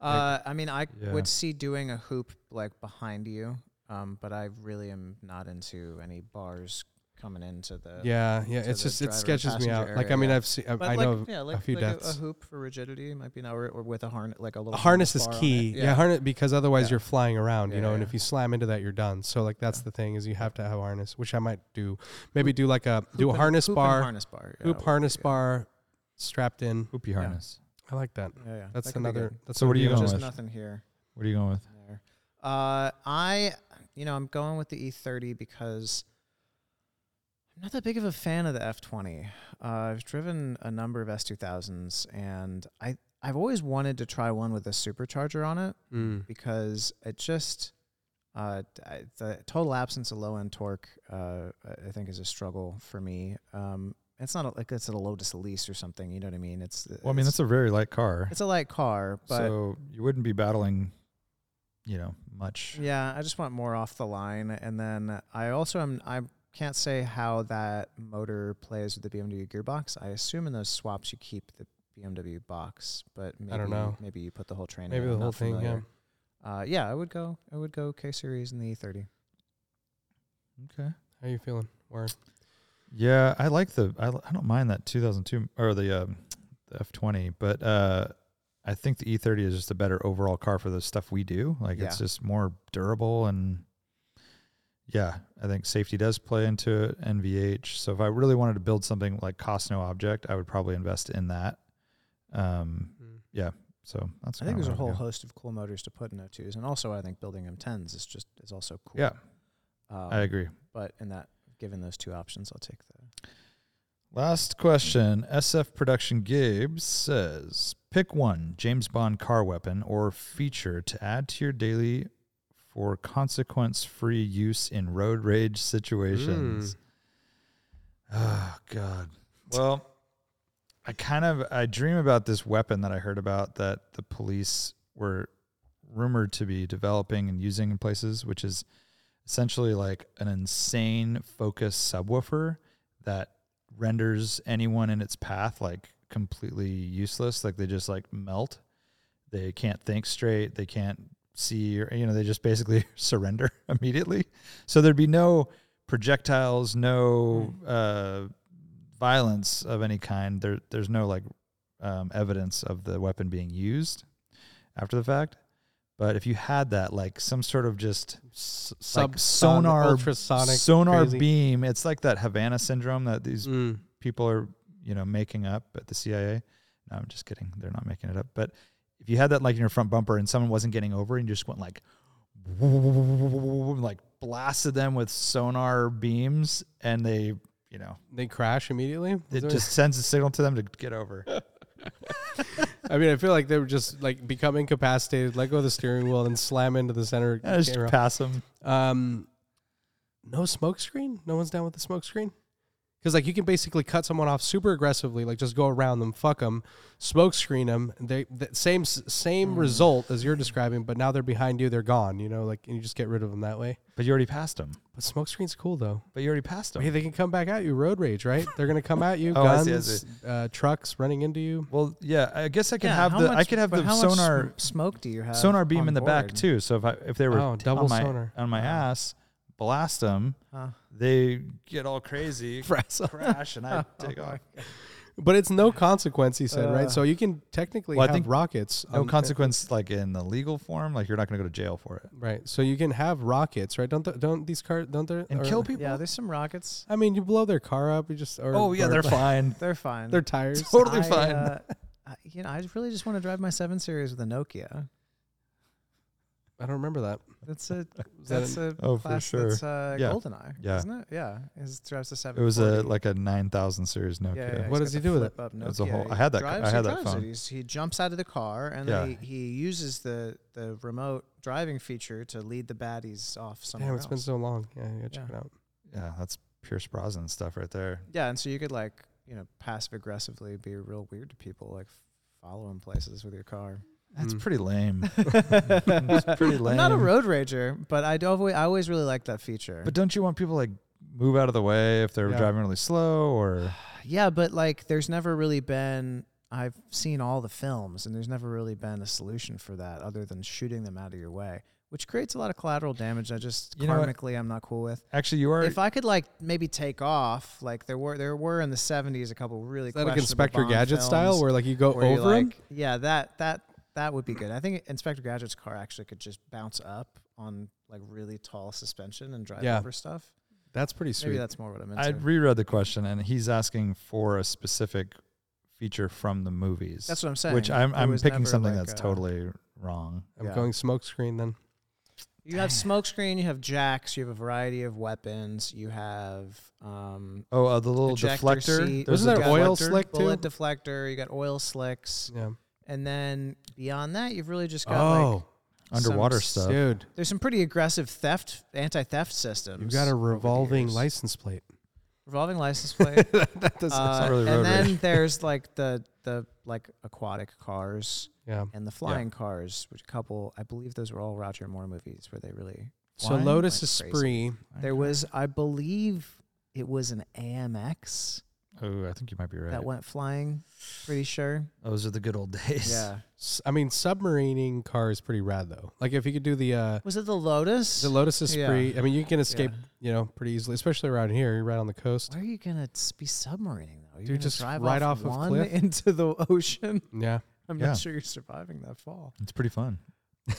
B: Uh, I mean, I
E: Yeah.
B: would see doing a hoop like behind you, um, but I really am not into any bars coming into the.
C: yeah, yeah,
B: Uh, to
C: it's
B: the
C: just it
B: driver
C: sketches me
B: passenger
C: out. like I
B: area,
C: mean,
B: yeah.
C: I've seen I,
B: But
C: I
B: like,
C: know
B: yeah,
C: a
B: like,
C: few
B: like
C: deaths.
B: A, hoop for rigidity might be now, or, or with a harness, like a little
C: a harness is
B: bar on it.
C: key. Yeah. harness because otherwise
B: Yeah.
C: you're flying around, you
B: Yeah,
C: know, and
B: yeah.
C: if you slam into that, you're done. So like that's the thing is you have to have a harness, which I might do. Maybe do like a do
B: Hoop
C: a
B: and-
C: harness
B: hoop and
C: bar,
B: harness bar, yeah,
C: hoop
B: would be
C: harness
B: good.
C: bar, strapped in.
E: hoopy harness.
C: I like that.
B: Yeah, yeah,
C: That's
B: that could be
C: another.
B: good.
C: That's
E: So what
C: another
E: are you
C: deal.
E: going
B: Just
E: with?
B: nothing here.
E: What are you going with?
B: there. Uh, I, you know, I'm going with the E30 because I'm not that big of a fan of the F20. Uh, I've driven a number of S2000s, and I I've always wanted to try one with a supercharger on it
C: Mm.
B: because it just uh, d- I- the total absence of low end torque uh, I- I think is a struggle for me. Um, it's not a, like it's a Lotus Elise or something. You know what I mean? It's
E: Well, I mean,
B: it's,
E: that's a very light car,
B: it's a light car, but
E: so you wouldn't be battling, you know, much.
B: Yeah, I just want more off the line, and then I also am I can't say how that motor plays with the BMW gearbox. I assume in those swaps you keep the BMW box, but maybe,
C: I don't know.
B: Maybe you put the whole train.
E: Mm.
B: in.
C: Maybe the
B: I'm not
C: whole thing. Yeah.
B: familiar. Uh, yeah, I would go. I would go K series and the E E30.
E: Okay.
C: How you feeling, Warren?
E: Yeah, I like the. I, li- I don't mind that 2002 or the um, the F20, but uh, I think the E30 is just a better overall car for the stuff we do. Like it's
B: Yeah.
E: just more durable and yeah, I think safety does play into it. and VH. So if I really wanted to build something like cost no object, I would probably invest in that. Um,
C: mm.
E: so that's.
B: I think
E: kinda
B: there's a
E: where I
B: whole
E: would go.
B: host of cool motors to put in O2s, and also I think building M10s is just is also cool.
E: Yeah,
B: um,
E: I agree.
B: But in that, given those two options, I'll take the.
E: Last question. SF Production Gibbs says Pick one James Bond car weapon or feature to add to your daily for consequence free use in road rage
C: Mm.
E: situations. Oh, God. Well, I kind of I dream about this weapon that I heard about that the police were rumored to be developing and using in places, which is essentially like an insane focus subwoofer that renders anyone in its path like completely useless. Like they just like melt. They can't think straight. They can't see, or, you know, they just basically (laughs) surrender immediately. So there'd be no projectiles, no
C: Hmm.
E: uh, violence of any kind. There, there's no like um, evidence of the weapon being used after the fact. But if you had that, like some sort of just
C: S- sub
E: Like sonar-
C: ultrasonic
E: sonar
C: crazy.
E: beam, it's like that Havana syndrome that these
C: Mm.
E: people are you know making up at the CIA. No, I'm just kidding. They're not making it up. But if you had that like in your front bumper and someone wasn't getting over and you just went like like blasted them with sonar beams and they you know
C: They crash immediately. Is
E: it
B: (laughs)
C: there-
E: just sends a signal to them to get over.
C: I mean, I feel like they were just like become incapacitated, let go of the steering wheel, and slam into the center.
E: Yeah, just
C: camera.
E: pass them.
C: Um, no smoke screen. No one's down with the smoke screen. Because like you can basically cut someone off super aggressively, like just go around them, fuck them, smoke screen them. They the same s- same
E: Hmm.
C: result as you're describing, but now they're behind you, they're gone. You know, like and you just get rid of them that way.
E: But you already passed them.
C: But smoke screen's cool though.
E: But you already passed them.
C: Hey, they can come back at you. Road rage, right? They're gonna come at you.
E: (laughs) Oh, I
C: guns,
E: see, I see.
C: Uh, trucks running into you.
E: Well, yeah, I guess I could
B: Yeah,
E: have
B: how
E: the I
B: much-
E: could have
B: but
E: the
B: how much
E: sonar
B: sm- smoke do you have?
E: sonar beam
B: on
E: in the back
B: board?
E: too. So if I if they were
C: Oh,
E: t-
C: double
E: on my
C: sonar.
E: on my ass, blast them,
B: Huh.
E: they get all crazy, crash, and I take off.
C: But it's no consequence, he said, right? So you can technically
E: well, I
C: have
E: think
C: rockets.
E: No
C: on-
E: consequence, like in the legal form, like you're not going to go to jail for it
C: Right. So you can have rockets, right? Don't th- don't these cars don't they
E: and
C: or-
E: kill people.
B: Yeah, there's some rockets.
C: I mean, you blow their car up. You just or,
E: oh yeah,
C: or, (laughs)
E: they're fine.
B: They're fine.
C: Their tires.
E: Totally
B: I,
E: fine.
B: uh, I- you know, I really just want to drive my seven series with a Nokia.
C: I don't remember that.
E: (laughs)
B: That's a
C: Was that
B: that's
C: an-
B: a
E: Oh, for
B: class
E: sure.
B: That's uh,
E: Yeah.
B: Goldeneye,
E: Yeah.
B: isn't it? Yeah, it drives the
E: It
B: seven.
E: was a like a nine thousand series Nokia.
B: Yeah, yeah,
C: What
B: he's got
C: does he
B: the
C: do with it?
B: flip-up
E: That's a
B: Nokia.
E: whole-
B: He
E: I had that c-
B: drives-
E: I
B: he
E: had that
B: drives it.
E: phone.
B: He's- he jumps out of the car and
E: Yeah.
B: he, he uses the, the remote driving feature to lead the baddies off somewhere
C: Damn, it's been
B: else.
C: so long. Yeah, you gotta check
B: Yeah.
C: it out.
E: yeah, that's Pierce Brosnan stuff right there.
B: yeah, and so you could like you know passive aggressively be real weird to people, like follow them places with your car.
E: That's
C: Mm.
E: pretty lame.
B: (laughs)
E: (laughs) it's pretty lame.
B: I'm not a road rager, but I do always, I always really like that feature.
E: But don't you want people like move out of the way if they're
C: Yeah.
E: driving really slow or
B: yeah, but like there's never really been. I've seen all the films, and there's never really been a solution for that other than shooting them out of your way, which creates a lot of collateral damage. I just
E: You know what?
B: karmically I'm not cool with.
E: actually you are
B: if I could like maybe take off, like there were there were in the seventies a couple really
C: Is that like
B: questionable
C: Inspector
B: Bond
C: Gadget
B: films
C: style, where like you go
B: where you,
C: over
B: like,
C: 'em?
B: Yeah, that that that would be good. I think Inspector Gadget's car actually could just bounce up on like really tall suspension and drive
C: Yeah.
B: over stuff.
C: That's pretty sweet.
B: Maybe that's more what I'm into.
E: I reread the question and he's asking for a specific feature from the movies.
B: that's what I'm saying.
E: Which I'm
B: It
E: I'm
B: was
E: picking
B: never,
E: something
B: like,
E: that's
B: uh,
E: totally wrong.
C: I'm
B: yeah.
C: going smoke screen then.
B: You have smokescreen. You have jacks. You have a variety of weapons. You have um,
E: Oh, uh, the little
B: ejector
E: deflector.
B: seat,
E: There's
C: Wasn't
E: a
C: there oil
E: deflector.
C: slick too?
B: bullet deflector. You got oil slicks,
C: Yeah.
B: and then beyond that, you've really just got like
C: Oh,
B: some
E: underwater
B: s-
E: stuff?
C: dude,
B: There's some pretty aggressive theft, anti-theft systems.
C: you got a
B: over the
C: revolving
B: years.
C: license plate.
B: revolving license plate.
C: (laughs) that doesn't.
B: uh,
E: really road
B: and
C: (laughs)
B: then there's like the the like aquatic cars
C: yeah.
B: and the flying cars, which a couple I believe those were all Roger Moore movies where they really.
C: So
E: Flying
C: Lotus
B: like crazy.
C: is spree.
B: There was, I believe, it was an AMX
E: Oh, I think you might be right.
B: that went flying. Pretty sure.
E: Those are the good old (laughs) days.
B: Yeah.
C: S- I mean, submarining car is pretty rad though. Like if you could do the uh,
B: Was it the Lotus?
C: the Lotus is
B: Yeah.
C: spree. I mean, you can escape, you know, pretty easily, especially around here. You're right on the coast.
B: Where are you gonna s- be submarining though? You're
C: Dude,
B: gonna
C: just
B: drive
C: right
B: off,
C: off of
B: one (laughs)
C: cliff?
B: into the ocean.
C: Yeah.
B: I'm
E: Yeah.
B: not sure you're surviving that fall.
E: It's pretty fun. It's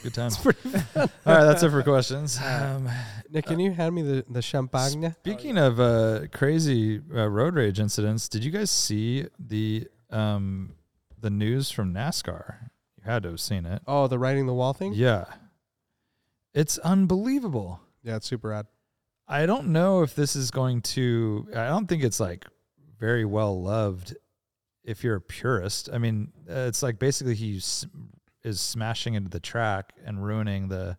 B: (laughs)
E: a good time. (laughs) All right, that's it for questions. Um,
C: Nick, can you hand me the the champagne?
E: Speaking of uh, crazy uh, road rage incidents, did you guys see the um, the news from NASCAR? You had to have seen it.
C: Oh, the writing the wall thing.
E: Yeah, it's unbelievable.
C: Yeah, it's super rad.
E: I don't know if this is going to. I don't think it's like very well loved. If you're a purist, I mean, uh, it's like basically he s- is smashing into the track and ruining the.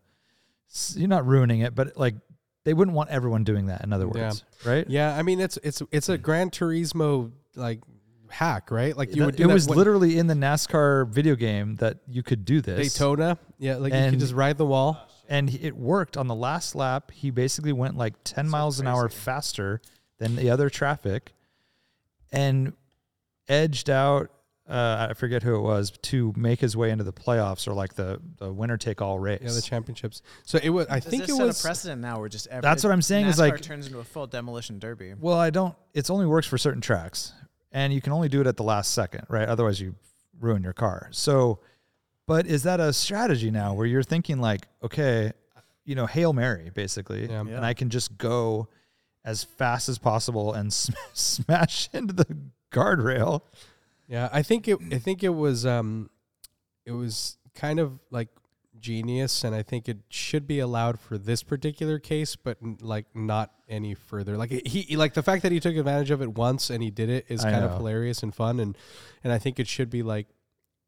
E: s- You're not ruining it, but like they wouldn't want everyone doing that. In other
C: Yeah.
E: words, right?
C: Yeah, I mean, it's it's it's a Gran Turismo like hack, right? Like you
E: That-
C: would do
E: it
C: that
E: was
C: when-
E: literally in the NASCAR video game that you could do this.
C: Daytona. Yeah, like you
E: And-
C: could just ride the wall.
E: and he- it worked on the last lap. He basically went like 10 miles an hour faster than the other traffic and edged out uh, I forget who it was to make his way into the playoffs or like the, the winner take all race.
C: Yeah, the championships. So it was. I
B: Does
C: think
B: this
C: it
B: set
C: was.
B: a precedent now where just every,
E: That's what I'm saying is,
B: NASCAR
E: like-
B: turns into a full demolition derby.
E: well, I don't it's only works for certain tracks and you can only do it at the last second, right? Otherwise you ruin your car. So but is that a strategy now where you're thinking like, okay, you know, Hail Mary basically,
C: Yeah.
E: and I can just go as fast as possible and (laughs) sm- smash into the guardrail.
C: Yeah, I think it. I think it was. Um, it was kind of like genius, and I think it should be allowed for this particular case, but n- like not any further. Like it- he, like the fact that he took advantage of it once and he did it is
E: I
C: kind of
E: know.
C: hilarious and fun, and and I think it should be like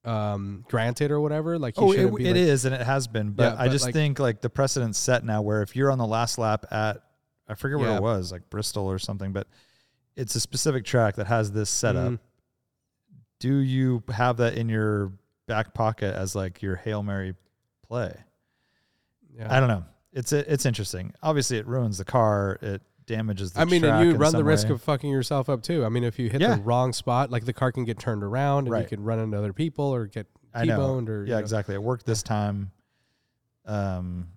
C: um, granted or whatever. Like, he
E: oh, it,
C: shouldn't be
E: it
C: like,
E: is, and it has been. But
C: Yeah,
E: I
C: but,
E: just
C: like-
E: think like the precedent's set now, where if you're on the last lap at, I forget where
C: Yeah.
E: it was, like Bristol or something, but it's a specific track that has this setup.
C: Mm.
E: Do you have that in your back pocket as like your hail mary play?
C: Yeah.
E: I don't know. It's it's interesting. Obviously, it ruins the car. It damages. the
C: I mean,
E: track
C: and you
E: in
C: run the
E: some
C: risk
E: way.
C: of fucking yourself up too. I mean, if you hit
E: Yeah.
C: the wrong spot, like the car can get turned around and
E: Right.
C: you could run into other people or get
E: I know.
C: T-boned or you
E: yeah,
C: know.
E: exactly. It worked this time. Um,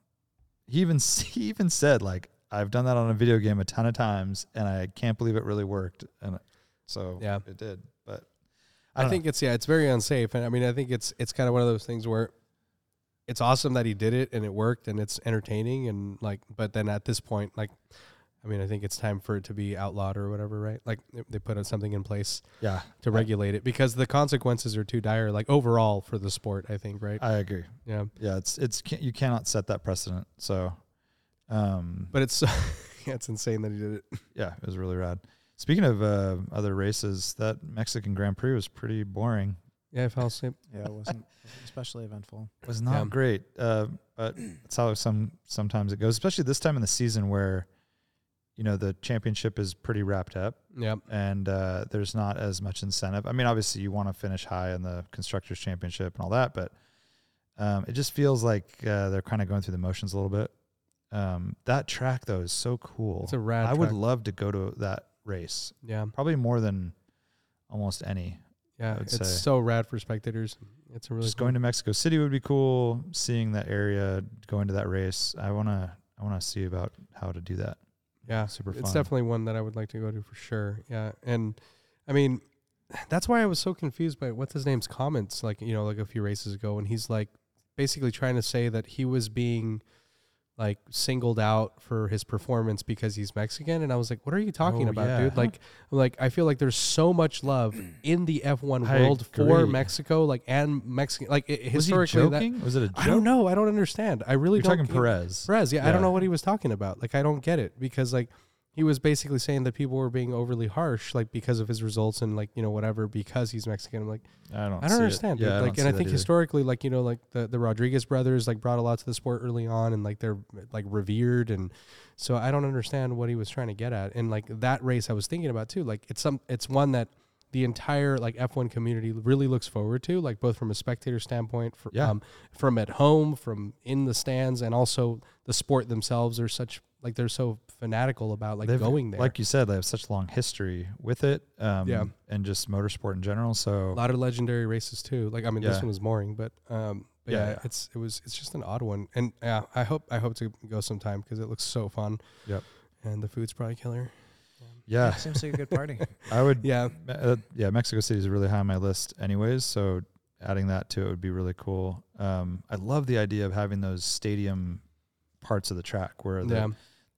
E: he even (laughs) he even said like I've done that on a video game a ton of times, and I can't believe it really worked. And uh, so
C: Yeah.
E: it did. But I,
C: I,
E: don't
C: think it's yeah, it's very unsafe, and I mean, I think it's it's kind of one of those things where it's awesome that he did it and it worked and it's entertaining and like, but then at this point, like, I mean, I think it's time for it to be outlawed or whatever, right? Like if they put something in place
E: know. yeah,
C: to regulate it because the consequences are too dire, like overall for the sport. I think, right?
E: I agree.
C: yeah,
E: Yeah, it's it's can't, you cannot set that precedent. So, um,
C: but it's (laughs) yeah, it's insane that he did it.
E: yeah, it was really rad. Speaking of uh, other races, that Mexican Grand Prix was pretty boring.
C: Yeah, I fell asleep.
B: Yeah, it wasn't wasn't especially eventful.
E: was not
C: Yeah.
E: great. Uh, but that's how some sometimes it goes, especially this time in the season where you know the championship is pretty wrapped up
C: Yeah,
E: and uh, there's not as much incentive. I mean, obviously you want to finish high in the constructors championship and all that, but um, it just feels like uh, they're kind of going through the motions a little bit. Um, that track though is so cool.
C: It's a rad
E: I would
C: track.
E: love to go to that race,
C: yeah,
E: probably more than almost any.
C: yeah.
E: would
C: It's
E: say.
C: so rad for spectators. It's a really
E: just
C: cool-
E: going to Mexico City would be cool. Seeing that area, going to that race, I wanna, I wanna see about how to do that.
C: Yeah,
E: Super
C: It's
E: fun.
C: definitely one that I would like to go to for sure. Yeah, and I mean, that's why I was so confused by what's his name's comments. Like you know, like a few races ago, and he's like basically trying to say that he was being like singled out for his performance because he's Mexican, and I was like, "What are you talking
E: Oh,
C: about,
E: yeah.
C: dude?" Like, like I feel like there's so much love
E: (clears throat)
C: in the F1
E: I
C: world for
E: agree.
C: Mexico, like and Mexican, like it,
E: Was he
C: historically. That,
E: joking? was it a joke?
C: I don't know. I don't understand. I really
E: You're
C: don't.
E: talking Perez.
C: Perez, yeah, I
E: Yeah.
C: don't know what he was talking about. Like, I don't get it because like he was basically saying that people were being overly harsh, like because of his results and like you know whatever because he's Mexican. I'm like,
E: I don't.
C: I
E: see
C: don't
E: it.
C: understand. dude.
E: Yeah,
C: like,
E: don't
C: and I
E: see that
C: think
E: either.
C: historically, like you know, like the the Rodriguez brothers like brought a lot to the sport early on, and like they're like revered, and so I don't understand what he was trying to get at. And like that race, I was thinking about too. Like it's some, it's one that the entire like F1 community really looks forward to, like both from a spectator standpoint, fr-
E: Yeah.
C: um, from at home, from in the stands, and also the sport themselves are such like they're so fanatical about like
E: They've-
C: going there.
E: Like you said, they have such long history with it. Um,
C: Yeah.
E: and just motorsport in general.
C: a
E: So
C: lot of legendary races too. Like I mean,
E: Yeah.
C: this one was mooring, but um, but
E: Yeah,
C: yeah,
E: yeah.
C: it's it was it's just an odd one, and yeah, I hope I hope to go sometime because it looks so fun.
E: Yep.
C: And the food's probably
E: (laughs)
C: killer.
E: yeah,
B: Seems like a good party.
E: I would. Yeah,
C: Yeah.
E: uh, yeah. Mexico City is really high on my list, anyways. So adding that to it would be really cool. Um, I love the idea of having those stadium parts of the track where the
C: Yeah.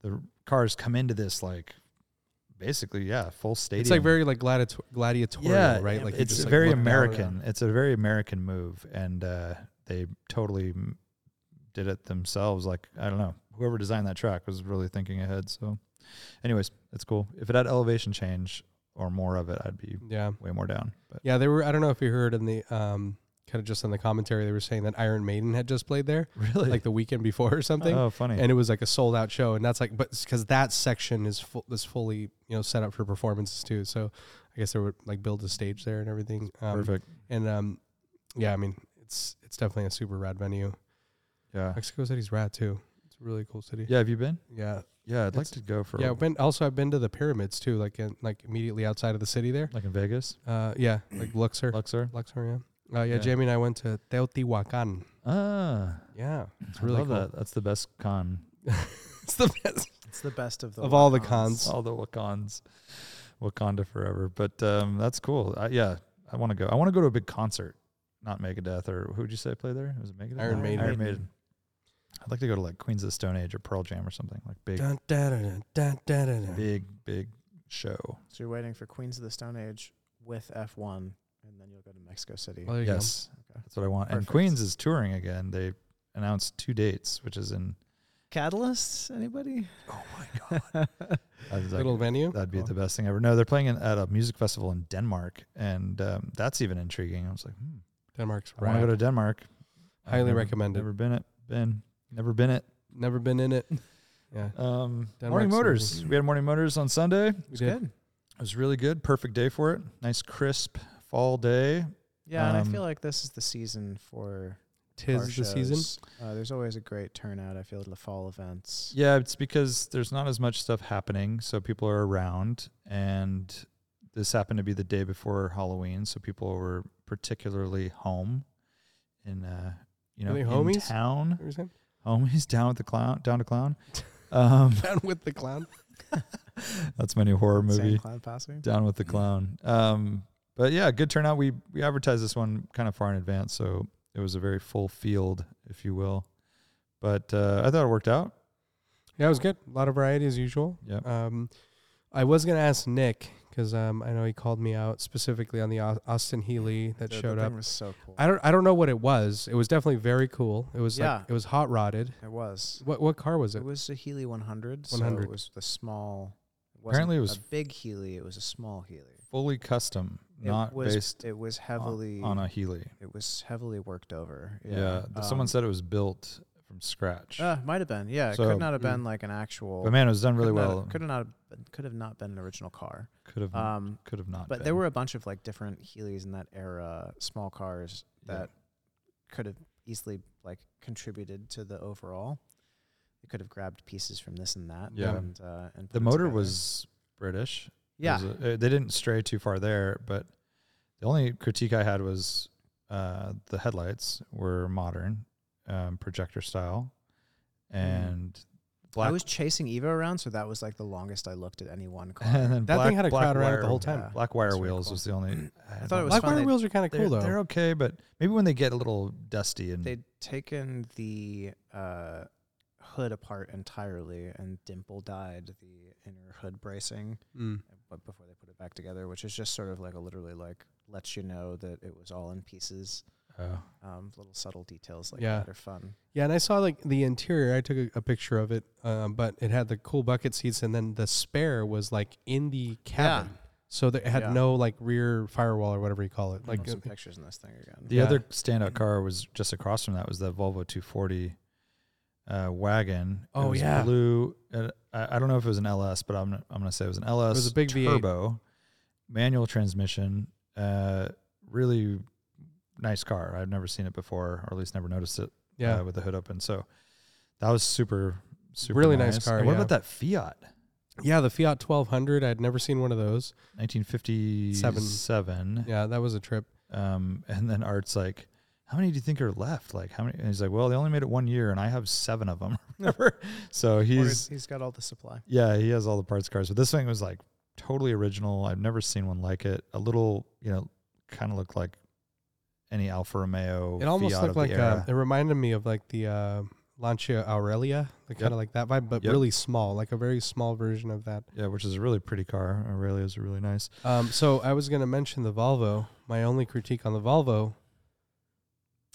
E: the cars come into this like basically yeah full stadium.
C: It's like very like gladiator- gladiatorial,
E: yeah
C: right? Like you
E: it's
C: just, like,
E: very
C: look down
E: American.
C: around.
E: It's a very American move, and uh, they totally m- did it themselves. Like I don't know, whoever designed that track was really thinking ahead. So, anyways, it's cool. If it had elevation change or more of it, I'd be
C: Yeah.
E: way more down. But (laughs)
C: Yeah. They were. I don't know if you heard in the um kind of just in the commentary they were saying that Iron Maiden had just played there
E: really,
C: like the weekend before or something.
E: oh funny,
C: and it was like a sold out show and that's like but because that section is full is fully you know set up for performances too so i guess they would like build a stage there and everything um,
E: perfect.
C: and um yeah i mean it's it's definitely a super rad venue
E: Yeah,
C: mexico city's rad too it's a really cool city
E: yeah. Have you been?
C: yeah
E: Yeah, I'd like
C: It's-
E: to go for
C: yeah i've been also i've been to the pyramids too like in like immediately outside of the city there
E: like in Vegas,
C: uh yeah
E: (clears throat)
C: like luxor
E: Luxor.
C: luxor yeah uh, yeah,
E: Yeah.
C: jamie and i went to teotihuacan
E: Ah,
C: yeah it's
E: I
C: really
E: love
C: cool
E: that. That's the best con.
C: (laughs) it's the best
B: It's the best of the
C: Of all the
B: Wakans.
C: cons.
E: all the Wakans, Wakanda forever. But um, that's cool. I, yeah, I want to go. I want to go to a big concert, not Megadeth or who would you say played there? Was it Megadeth?
C: Iron
E: No,
C: Maiden.
E: Iron Maiden. I'd like to go to like Queens of the Stone Age or Pearl Jam or something like big,
C: Dun, dun, dun, dun, dun, dun, dun, dun.
E: big, big show.
B: So you're waiting for Queens of the Stone Age with F1, and then you'll go to Mexico City.
C: Well, there you go.
E: Yes,
B: Okay.
E: that's what I want. And
B: Perfect.
E: Queens is touring again. They announced two dates, which is in
B: Catalysts? Anybody?
E: oh my
B: God.
E: that'd,
C: little venue.
E: that'd be
C: Cool.
E: the best thing ever. No, they're playing in, at a music festival in Denmark, and um, that's even intriguing. I was like, hmm.
C: Oh. Denmark's
E: I want to
C: rad.
E: go to Denmark. I've
C: Highly
E: never-
C: recommend it.
E: Never been it. Been never been it.
C: Never been in
E: (laughs)
C: it. Yeah.
E: Um,
C: Denmark's
E: morning motors.
C: amazing.
E: We had morning motors on Sunday. It
C: We
B: (laughs) It's
C: did.
B: good.
E: was really good. Perfect day for it. Nice crisp fall day.
B: Yeah, and I feel
E: Um,
B: like this is the season for car
C: Tis the season.
B: shows. Uh, there's always a great turnout. I feel at the fall events.
E: Yeah, it's because there's not as much stuff happening, so people are around, and this happened to be the day before Halloween, so people were particularly home in uh, you
C: Were
E: know
C: they
E: in
C: homies?
E: town.
C: What were you saying?
E: Homies (laughs) down with the clown, down to clown. Um, (laughs)
C: Down with the clown.
E: that's my new horror
B: Sand
E: movie.
B: Cloud Posse.
E: Down with the Clown. Um, but yeah, good turnout. We we advertised this one kind of far in advance, so it was a very full field, if you will. But uh, I thought it worked out.
C: Yeah, it was good. A lot of variety as usual.
E: Yep.
C: Um, I was gonna ask Nick because um, I know he called me out specifically on the Au- Austin Healy that
B: The- the
C: showed up.
B: thing was so cool.
C: I don't I don't know what it was. It was definitely very cool. It was
B: Yeah.
C: like it was hot rodded.
B: it was.
C: What what car was
B: It
C: it?
B: was a Healy 100. So
C: 100.
B: it was the small. It wasn't
E: Apparently it was-
B: a big Healy. It was a small Healy.
E: Fully custom,
B: It
E: not
B: was,
E: based
B: It was
E: on-
B: heavily.
E: on a Healy.
B: it was heavily worked over.
E: Yeah, th- someone
B: Um,
E: said it was built from scratch.
B: Uh, might have been. Yeah, it
E: So-
B: could not have
C: Mm.
B: been like an actual.
E: but man, it was done really
B: could not-
E: well.
B: Could have not. Could have not been an original car.
E: Could have,
B: Um,
E: could have not.
B: but
E: been.
B: there were a bunch of like different Heelys in that era, small cars
E: Yeah.
B: that could have easily like contributed to the overall. They could have grabbed pieces from this and that.
E: Yeah.
B: and, uh, and put
E: the
B: it
E: motor
B: together.
E: was British.
B: yeah.
E: There's a- uh, they didn't stray too far there, but the only critique I had was uh, the headlights were modern, um, projector style, and black.
B: Hmm. I was chasing Evo around, so that was like the longest I looked at any one car.
E: (laughs) and then
C: that
E: black,
C: thing had a
E: black
C: crowd around it
E: wire-
C: the whole time.
B: Yeah.
E: Black wire
B: That's really
E: wheels
B: cool.
E: was the only. I,
B: thought it was
C: Black
B: fun
C: wire
B: they-
C: wheels are kind of
E: They're,
C: cool though.
E: they're okay, but maybe when they get a little dusty and
B: They'd taken the uh, hood apart entirely and dimple dyed the inner hood bracing.
C: Mm.
B: but before they put it back together, which is just sort of like a literally like lets you know that it was all in pieces.
E: Oh.
B: Um, little subtle details like
C: Yeah.
B: that are fun.
C: Yeah, and I saw like the interior. I took a, a picture of it, um, but it had the cool bucket seats, and then the spare was like in the cabin, so that it had
B: Yeah.
C: no like rear firewall or whatever you call it.
B: Like
C: Like
B: some
C: uh,
B: pictures in this thing again.
E: The
C: Yeah.
E: other standout car was just across from that was the Volvo 240 uh, wagon. It
C: Oh,
E: was
C: yeah.
E: blue. and I, I don't know if it was an LS, but I'm I'm gonna say it was an LS.
C: a big V8.
E: turbo, manual transmission. Uh, really nice car. I've never seen it before, or at least never noticed it.
C: yeah,
E: uh, with the hood open. So that was super super
C: Really nice car,
E: And what
C: yeah.
E: about that Fiat?
C: yeah, the Fiat 1200. I'd never seen one of those.
E: 1957.
C: Yeah, that was a trip.
E: Um, and then Art's like, "How many do you think are left? Like, how many?" And he's like, "Well, they only made it one year, and I have seven of (laughs) them." Remember? so
B: He's,
E: he's
B: he's got all the supply.
E: yeah, he has all the parts cars, but this thing was like totally original. I've never seen one like it. A little, you know, kind of looked like any Alfa Romeo.
C: It almost
E: Fiat
C: looked
E: of the
C: like uh,
E: era.
C: it reminded me of like the uh, Lancia Aurelia, like
E: Yep.
C: kind of like that vibe, but
E: Yep.
C: really small, like a very small version of that.
E: yeah, which is a really pretty car. Aurelia is really nice. (laughs)
C: Um, so I was gonna mention the Volvo. My only critique on the Volvo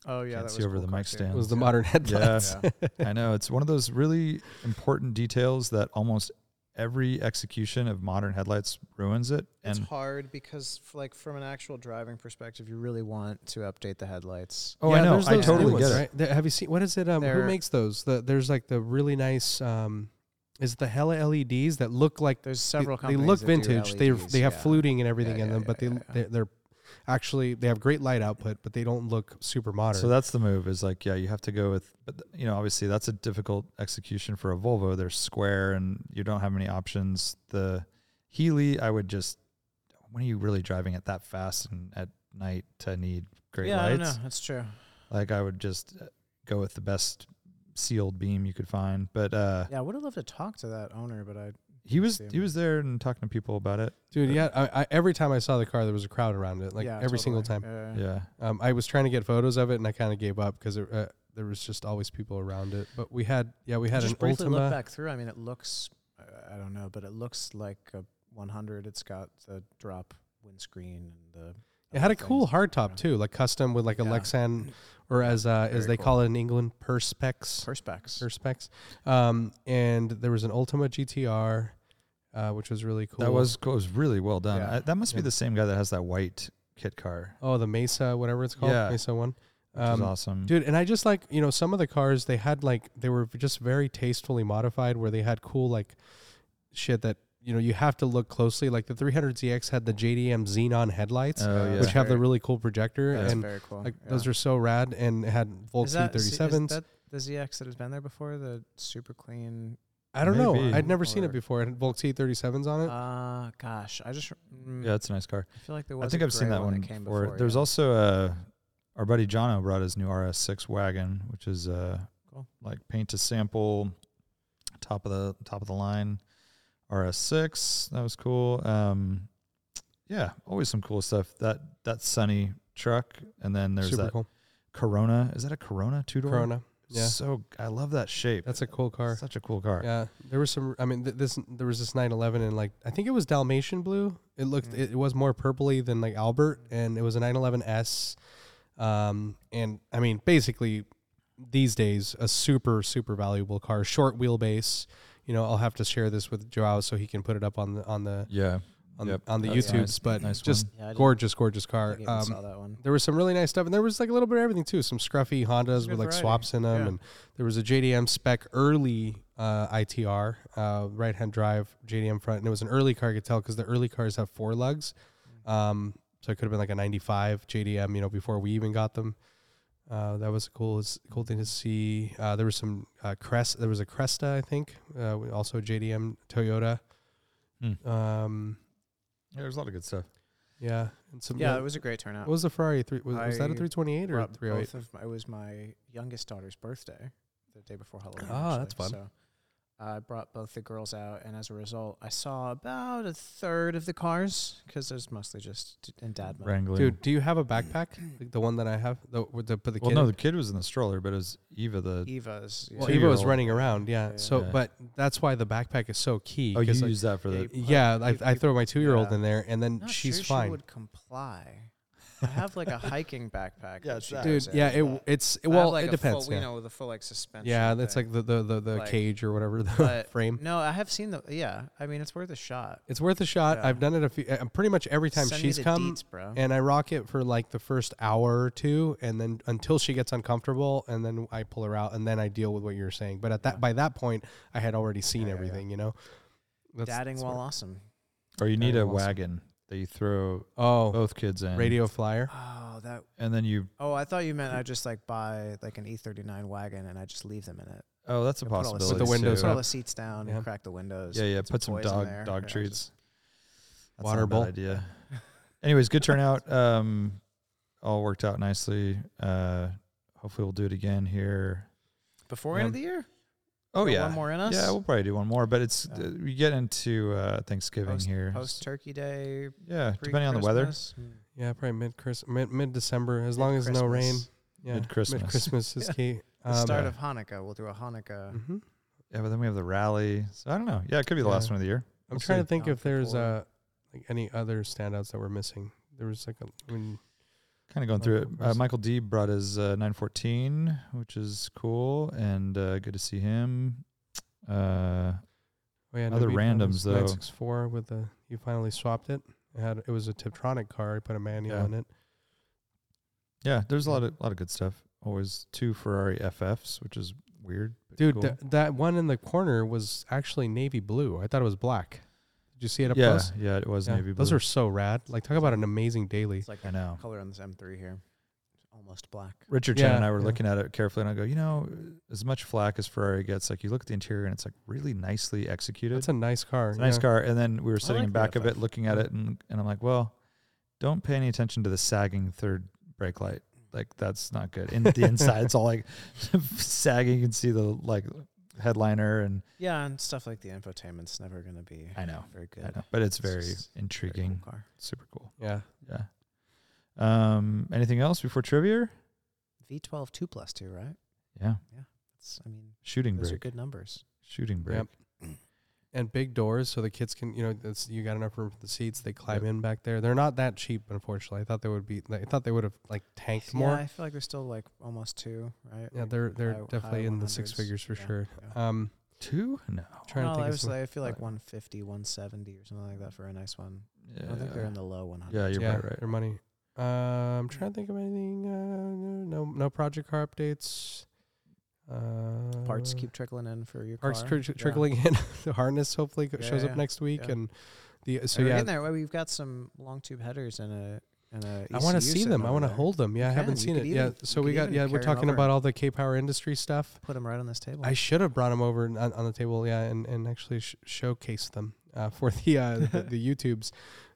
B: Oh yeah,
E: Can't
B: that
E: see
B: was
E: over
B: cool
E: the
B: car
E: mic
B: too.
E: stand.
C: was the modern (laughs) headlights.
E: I know it's one of those really important details that almost every execution of modern headlights ruins it.
B: It's
E: And
B: hard because f- like from an actual driving perspective, you really want to update the headlights.
E: oh,
C: Yeah,
E: I know,
C: there's
E: I
C: those
E: totally
C: new
E: get
C: ones,
E: it.
C: right? The- have you seen what is it? Um, who
B: They're-
C: makes those? The, there's like the really nice. Um, is it the Hella LEDs that look like
B: There's several
C: they, they
B: companies.
C: look
B: that do
C: vintage. They
B: LEDs,
C: they have
B: yeah.
C: fluting and everything
B: Yeah,
C: in
B: yeah,
C: them, but they
B: yeah, yeah.
C: they they're actually they have great light output, but they don't look super modern.
E: So that's the move. Is like, yeah, you have to go with, but th- you know, obviously that's a difficult execution for a Volvo. They're square, and you don't have many options. The Healy, I would just, when are you really driving it that fast and at night to need great
B: yeah, I
E: lights?
B: know. That's true.
E: Like, I would just uh, go with the best sealed beam you could find. But uh,
B: Yeah, I would have loved to talk to that owner, but I
E: he was
B: Same.
E: he was there and talking to people about it.
C: Dude, yeah. I, I, every time I saw the car, there was a crowd around it, like
B: yeah,
C: every single
B: totally.
C: time.
B: Uh,
E: Yeah.
C: Um, I was trying to get photos of it, and I kind of gave up because uh, there was just always people around it. But we had, yeah, we had
B: just
C: an
B: briefly look
C: Ultima.
B: back through. I mean, it looks, I- I don't know, but it looks like a 100. It's got the drop windscreen and the.
C: It had
B: other
C: a cool
B: things.
C: hardtop too, like custom with like a
B: Yeah.
E: Mm.
C: Lexan, or as uh,
B: Very
C: as they
B: cool.
C: call it in England, perspex.
B: Perspex.
C: Perspex. Um, and there was an Ultima GTR, uh, which was really cool.
E: That was cool. It was really well done.
B: Yeah.
E: I, that must be
C: Yeah.
E: the same guy that has that white kit car,
C: Oh, the Mesa, whatever it's called,
E: Yeah.
C: Mesa One. Um,
E: which
B: Um,
E: is awesome.
C: Dude, and I just like, you know, some of the cars they had like they were just very tastefully modified where they had cool like shit that, you know, you have to look closely. Like the 300ZX had the JDM Xenon headlights,
E: oh yeah,
C: which have the
B: Very-
C: really cool projector
B: That's
C: and
B: very cool.
C: like those are so rad and it had Volt
B: Is that- is
C: C37s.
B: that the ZX that has been there before, the super clean.
C: I don't
E: Maybe.
C: know. I'd never seen
B: Or-
C: it before. It had Volt C37s on it.
B: Uh gosh, I just mm,
E: yeah, it's a nice car.
B: I feel like there was.
E: I think
B: a
E: I've seen
B: gray
E: that one,
B: that came
E: before.
B: before.
E: There's
B: yeah.
E: also uh, our buddy Jono brought his new RS6 wagon, which is uh,
B: Cool.
E: like paint to sample, top of the top of the line RS6. That was cool. Um, yeah, always some cool stuff. That that sunny truck, and then there's
C: Super
E: that
C: cool.
E: Corona. Is that a Corona two door?
C: Corona. Yeah.
E: So I love that shape.
C: That's a cool car.
E: Such a cool car.
C: Yeah, there was some. I mean, th- this there was this 911 and like I think it was Dalmatian blue. It looked
B: Mm.
C: it, it was more purpley than like Albert, and it was a 911S. Um, and I mean, basically, these days a super super valuable car, short wheelbase. You know, I'll have to share this with Joao so he can put it up on the on the
E: Yeah.
C: on,
E: Yep.
C: the, on the
E: That's
C: YouTubes.
E: nice.
C: But
E: Nice
C: just
B: Yeah, I didn't-
C: gorgeous, gorgeous
B: I
C: car.
B: didn't even
C: Um,
B: saw that one.
C: there was some really nice stuff, and there was like a little bit of everything too. Some scruffy Hondas
B: good
C: with like
B: variety.
C: swaps in them,
B: Yeah.
C: and there was a JDM spec early uh, ITR uh, right-hand drive JDM front, and it was an early car. I could tell because the early cars have four lugs,
B: Mm.
C: um, so it could have been like a '95 JDM, you know, before we even got them. Uh, that was a cool, it's a cool thing to see. Uh, there was some uh, crest. There was a Cresta, I think, uh, also a JDM Toyota.
E: Hmm.
C: Um,
E: Yeah, There's a lot of good stuff.
C: yeah, and some.
B: Yeah, it was a great turnout.
C: what was the Ferrari? Three, was, was that a oh
B: I
C: 328 or
B: Rob,
C: 308?
B: both of my, it was my youngest daughter's birthday, the day before Halloween.
C: Ah, that's
B: actually,
C: fun.
B: So I brought both the girls out, and as a result, I saw about a third of the cars because there's mostly just d- and dad mode.
E: Wrangling.
C: Dude, do you have a backpack? Like the one that I have? The, with the, but the
E: well,
C: kid.
E: no, the kid was in the stroller, but it was Eva the.
B: Eva's.
C: well,
E: two-year-old.
C: Evo was running around. Yeah.
B: Yeah.
C: So,
E: Yeah.
C: but that's why the backpack is so key.
E: Oh, you
C: 'cause, like,
E: used that for the.
C: yeah, I, I throw my two year old
B: Yeah.
C: in there and then
B: Not
C: she's
B: sure She
C: fine.
B: would comply. I have like a hiking backpack.
E: Yeah,
B: that
E: it's
B: she
E: that.
B: goes
C: Dude,
B: in,
C: yeah, it,
B: but
C: it's,
B: I have,
C: well,
B: like,
C: it
B: a full-
C: depends.
B: You
C: yeah.
B: know, the full like suspension.
C: yeah, that's
B: thing.
C: like the, the, the, the
B: Like,
C: cage or whatever, the
B: but-
C: frame.
B: No, I have seen the. Yeah, I mean, it's worth a shot.
C: It's worth a shot.
B: Yeah.
C: I've done it a few, uh, pretty much every time
B: Send me
C: she's
B: the
C: come.
B: deets, bro.
C: And I rock it for like the first hour or two, and then until she gets uncomfortable, and then I pull her out, and then I deal with what you're saying. But at that, by that point, I had already seen
B: yeah, yeah.
C: everything, you know. That's,
B: Dadding
C: that's
B: while
C: where-
B: awesome.
E: Or you
C: That'd
E: need a
C: be awesome.
E: wagon that you throw
C: Oh,
E: both kids in.
C: radio flyer.
B: Oh, that.
E: And then you.
B: Oh, I thought you meant I just like buy like an E39 wagon and I just leave them in it.
E: Oh, that's a
B: Yeah, put all the
E: possibility.
C: With the windows
E: too.
B: Put all
C: up.
B: the seats down
C: Yeah.
B: and crack the windows.
E: Yeah, yeah. Put some
B: some toys in
E: dog
B: there.
E: dog
B: Yeah,
E: treats.
B: just-
E: That's
C: Water
E: not a bad
C: bowl.
E: idea. (laughs) Anyways, good turnout. Um, all worked out nicely. Uh, hopefully we'll do it again here.
B: Before
E: Yeah.
B: end of the year.
E: Oh
B: Got
E: yeah,
B: One more in us.
E: yeah. We'll probably do one more, but it's
B: Yeah.
E: uh, we get into uh, Thanksgiving
B: Post-
E: here.
B: Post Turkey Day.
E: yeah, depending on the weather.
B: pre-Christmas.
C: Yeah, probably mid Christmas, mid mid December, as long as no rain.
B: Christmas.
C: Yeah,
E: Mid-Christmas.
C: Mid Christmas
B: (laughs)
C: is
B: Yeah.
C: key. Um,
B: The start
E: yeah.
B: of Hanukkah. We'll do a Hanukkah.
E: Mm-hmm.
C: mhm.
E: Yeah, but then we have the rally. So I don't know. Yeah, it could be the
C: Yeah.
E: last one of the year.
C: I'm
E: We'll
C: trying to
E: see.
C: think
B: Yom
C: if there's
B: Kippur.
C: uh like any other standouts that we're missing. There was like a, I mean,
E: Kind of going through it.
C: Michael
E: Uh,
C: Chris-
E: Michael D brought his uh, 914, which is cool and uh, good to see him. Uh,
C: oh yeah,
E: Other randoms, though.
C: Nine six four with the you finally swapped it. It had it was a Tiptronic car. I put a manual
E: Yeah.
C: in it.
E: yeah, there's a lot of lot of good stuff. Always two Ferrari FFs, which is weird. but
C: Dude,
E: cool.
C: tha- that one in the corner was actually navy blue. I thought it was black. Did you see it up
E: yeah,
C: close?
E: yeah, it was
C: Yeah,
E: navy blue.
C: Those are so rad. Like talk about an amazing daily.
B: It's like
E: I
B: the
E: know.
B: color on this M3 here. It's almost black.
E: Richard Chen and
C: Yeah,
E: I were
C: yeah.
E: looking at it carefully, and I go, you know, as much flack as Ferrari gets, like you look at the interior and it's like really nicely executed.
C: That's a nice car.
E: It's a nice
C: yeah.
E: car. And then we were sitting
B: like
E: in
B: the
E: back of it
B: FF.
E: looking at it, and, and I'm like, well, don't pay any attention to the sagging third brake light. Like, that's not good. In the inside, it's all like (laughs) sagging. You can see the like headliner, and
B: Yeah, and stuff like the infotainment's never gonna be
E: I know,
B: very
E: I
B: good.
E: know, but it's
B: It's
E: very
B: just Very cool
E: intriguing.
B: car.
E: Super cool.
C: Yeah.
E: Yeah. Um, anything else before trivia?
B: V12 two plus two, right?
E: Yeah.
B: It's, I mean,
E: Shooting
B: those are
E: brake.
B: good numbers.
E: Shooting brake.
C: Yep. And big doors so the kids can, you know, that's you got enough room for the seats. They climb in back there. They're not that cheap, unfortunately. I thought they would be. I thought they would have like tanked
B: yeah,
C: more.
B: I feel like they're still like almost two, right?
C: Yeah,
B: Like,
C: they're they're
B: high-
C: definitely
B: high
C: in the six
B: 100s.
C: figures for
B: Yeah,
C: sure.
B: yeah.
C: Um,
E: Two? No.
C: trying
B: no,
C: to
B: I
C: think. of
B: was
C: some- uh,
B: like, I feel like
E: like-
B: 150, 170 or something like that for a nice one.
E: Yeah. Uh,
B: I don't think they're in the low 100.
E: yeah, you're
C: yeah,
E: right, right.
C: their money. Uh, I'm trying to think of anything. Uh, no, no project car updates. Uh,
B: Parts keep trickling in for your
C: parts
B: car.
C: tr- tr- trickling in. (laughs) the harness hopefully co-
B: Yeah,
C: shows
B: yeah,
C: up next week,
B: yeah.
C: and the uh, so
B: So yeah,
C: yeah.
B: in there. Well, we've got some long tube headers and a and a.
C: I want to
B: ECU
C: see
B: E sitting
C: them. I
B: over
C: want to
B: there.
C: hold them. Yeah, I
B: can.
C: haven't
B: You
C: seen
B: could
C: it.
B: even-
C: yeah,
B: you
C: so we
B: could
C: got
B: even
C: yeah. We're
B: carry 'em
C: talking
B: over.
C: about all the K Power Industry stuff.
B: Put them right on this table.
C: I should have brought them over and- on, on the table, yeah, and, and actually sh- showcased them uh, for the, uh, the
B: (laughs)
C: the YouTubes.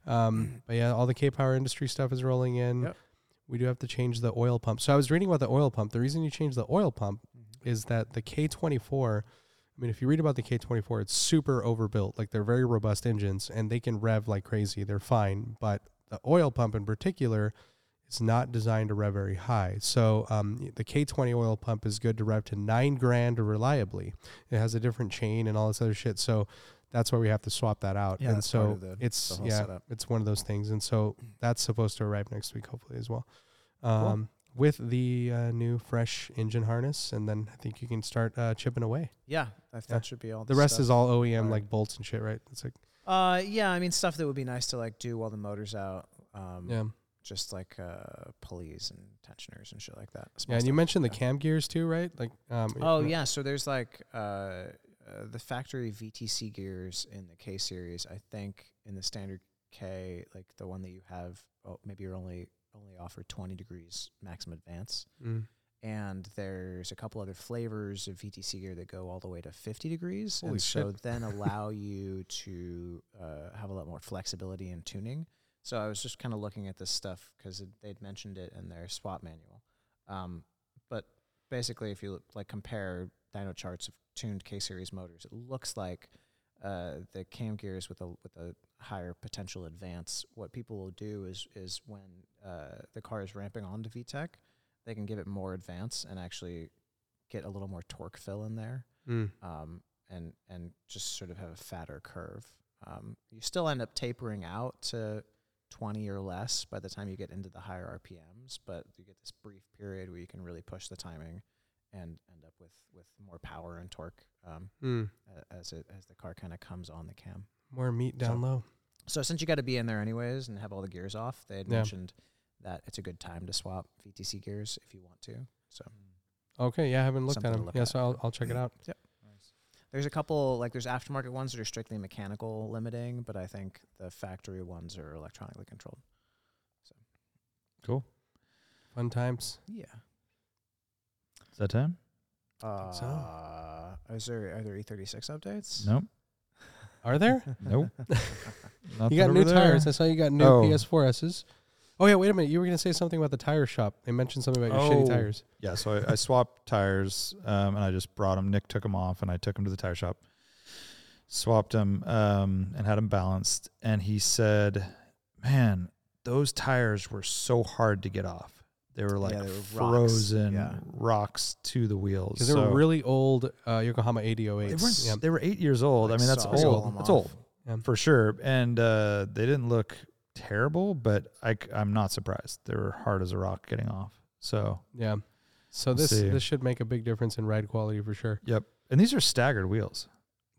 C: Um, but yeah, all the K Power industry stuff is rolling in.
B: Yep.
C: We do have to change the oil pump. So I was reading about the oil pump. The reason you change the oil pump
B: Mm-hmm.
C: is that the K24. I mean, if you read about the K24, it's super overbuilt. Like they're very robust engines, and they can rev like crazy. They're fine, but the oil pump in particular is not designed to rev very high. So um, the K20 oil pump is good to rev to nine grand reliably. It has a different chain and all this other shit. So that's why we have to swap that out.
B: Yeah,
C: and
B: that's part
C: so
B: of the-
C: it's
B: the whole
C: yeah,
B: setup.
C: it's one of those things. And so that's supposed to arrive next week, hopefully as well. Um, With the uh, new fresh engine harness, and then I think you can start uh, chipping away.
B: yeah, that,
C: Yeah.
B: that should be all.
C: The rest
B: stuff.
C: is all OEM
B: Right.
C: like bolts and shit, right? It's like
B: Uh, yeah, I mean stuff that would be nice to like do while the motor's out. Um,
C: yeah,
B: just like uh, pulleys and tensioners and shit like that.
C: yeah.
B: Small
C: And you
B: stuff.
C: mentioned the
B: yeah.
C: cam gears too, right? Like um,
B: Oh yeah, so there's like uh, uh, the factory VTC gears in the K series. I think in the standard K, like the one that you have, oh, maybe you're only only offered 20 degrees maximum advance.
C: Mm.
B: And there's a couple other flavors of VTC gear that go all the way to 50 degrees,
C: Holy
B: and so
C: shit. (laughs)
B: then allow you to uh, have a lot more flexibility in tuning. So I was just kind of looking at this stuff because they'd mentioned it in their swap manual. Um, but basically, if you look, like compare dyno charts of tuned K series motors, it looks like uh, the cam gears with a with a higher potential advance. What people will do is is when uh, the car is ramping onto VTEC, they can give it more advance and actually get a little more torque fill in there
C: Mm.
B: um, and and just sort of have a fatter curve. Um, you still end up tapering out to 20 or less by the time you get into the higher RPMs, but you get this brief period where you can really push the timing and end up with with more power and torque um,
C: Mm.
B: a- as it as the car kind of comes on the cam.
C: more meat down low.
B: So since you got to be in there anyways and have all the gears off, they had
C: Yeah.
B: mentioned that it's a good time to swap VTC gears if you want to. So
C: Okay, yeah, I haven't looked at
B: Something to
C: them.
B: look
C: Yeah,
B: at.
C: so I'll, I'll check it out.
B: There's a couple like there's aftermarket ones that are strictly mechanical limiting, but I think the factory ones are electronically controlled.
E: Cool.
C: Fun times.
B: Yeah.
E: Is that time?
B: Uh,
C: so.
B: Is there are there E36 updates?
E: Nope.
C: Are there?
B: (laughs)
E: Nope.
C: you got new tires. I saw you got new
E: Oh.
C: PS4s. Oh yeah, wait a minute. You were gonna say something about the tire shop. They mentioned something about your
E: Oh.
C: shitty tires.
E: Yeah, so I, I swapped tires, um, and I just brought them. Nick took them off, and I took them to the tire shop, swapped them, um, and had them balanced. And he said, "Man, those tires were so hard to get off. They were like
B: they were rocks.
E: frozen
B: Yeah.
E: rocks. to the wheels.
C: Because they were
E: So-
C: really old uh, Yokohama 808s.
E: They weren't.
C: Yeah.
E: They were eight years old.
B: Like
E: I mean, that's
B: saws
E: old.
B: them off.
E: That's old
C: Yeah.
E: for sure. And uh, they didn't look terrible, but I, am not surprised. They were hard as a rock getting off. So,
C: Yeah. So
E: Let's
C: this
E: see.
C: this should make a big difference in ride quality for sure.
E: yep. And these are staggered wheels.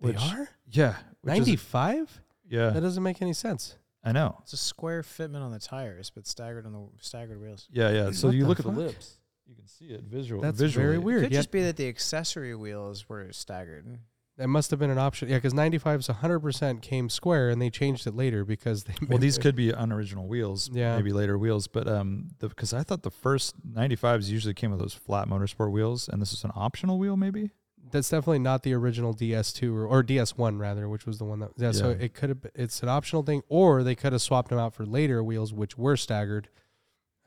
C: They
E: Which-
C: are
E: Yeah. which is-
C: 95. That
E: Yeah.
C: doesn't make any sense.
E: I know.
B: It's a square fitment on the tires, but staggered on the staggered wheels.
E: Yeah, yeah. So
C: What
E: you
C: the
E: look at
C: fuck?
E: the lips, you can see it visual,
C: That's
E: visually.
C: very
B: It
C: weird.
B: could
C: yeah.
B: just be that the accessory wheels were staggered.
C: that must have been an option. Yeah, because 95's 100% came square, and they changed it later because they.
E: Well,
C: made (laughs)
E: these
C: it-
E: could be unoriginal wheels,
C: Yeah.
E: maybe later wheels, but um, because I thought the first 95s usually came with those flat motorsport wheels, and this is an optional wheel, maybe.
C: that's definitely not the original DS2 or, or DS1 rather, which was the one that yeah, So
E: Yeah.
C: it could have it's an optional thing, or they could have swapped them out for later wheels, which were staggered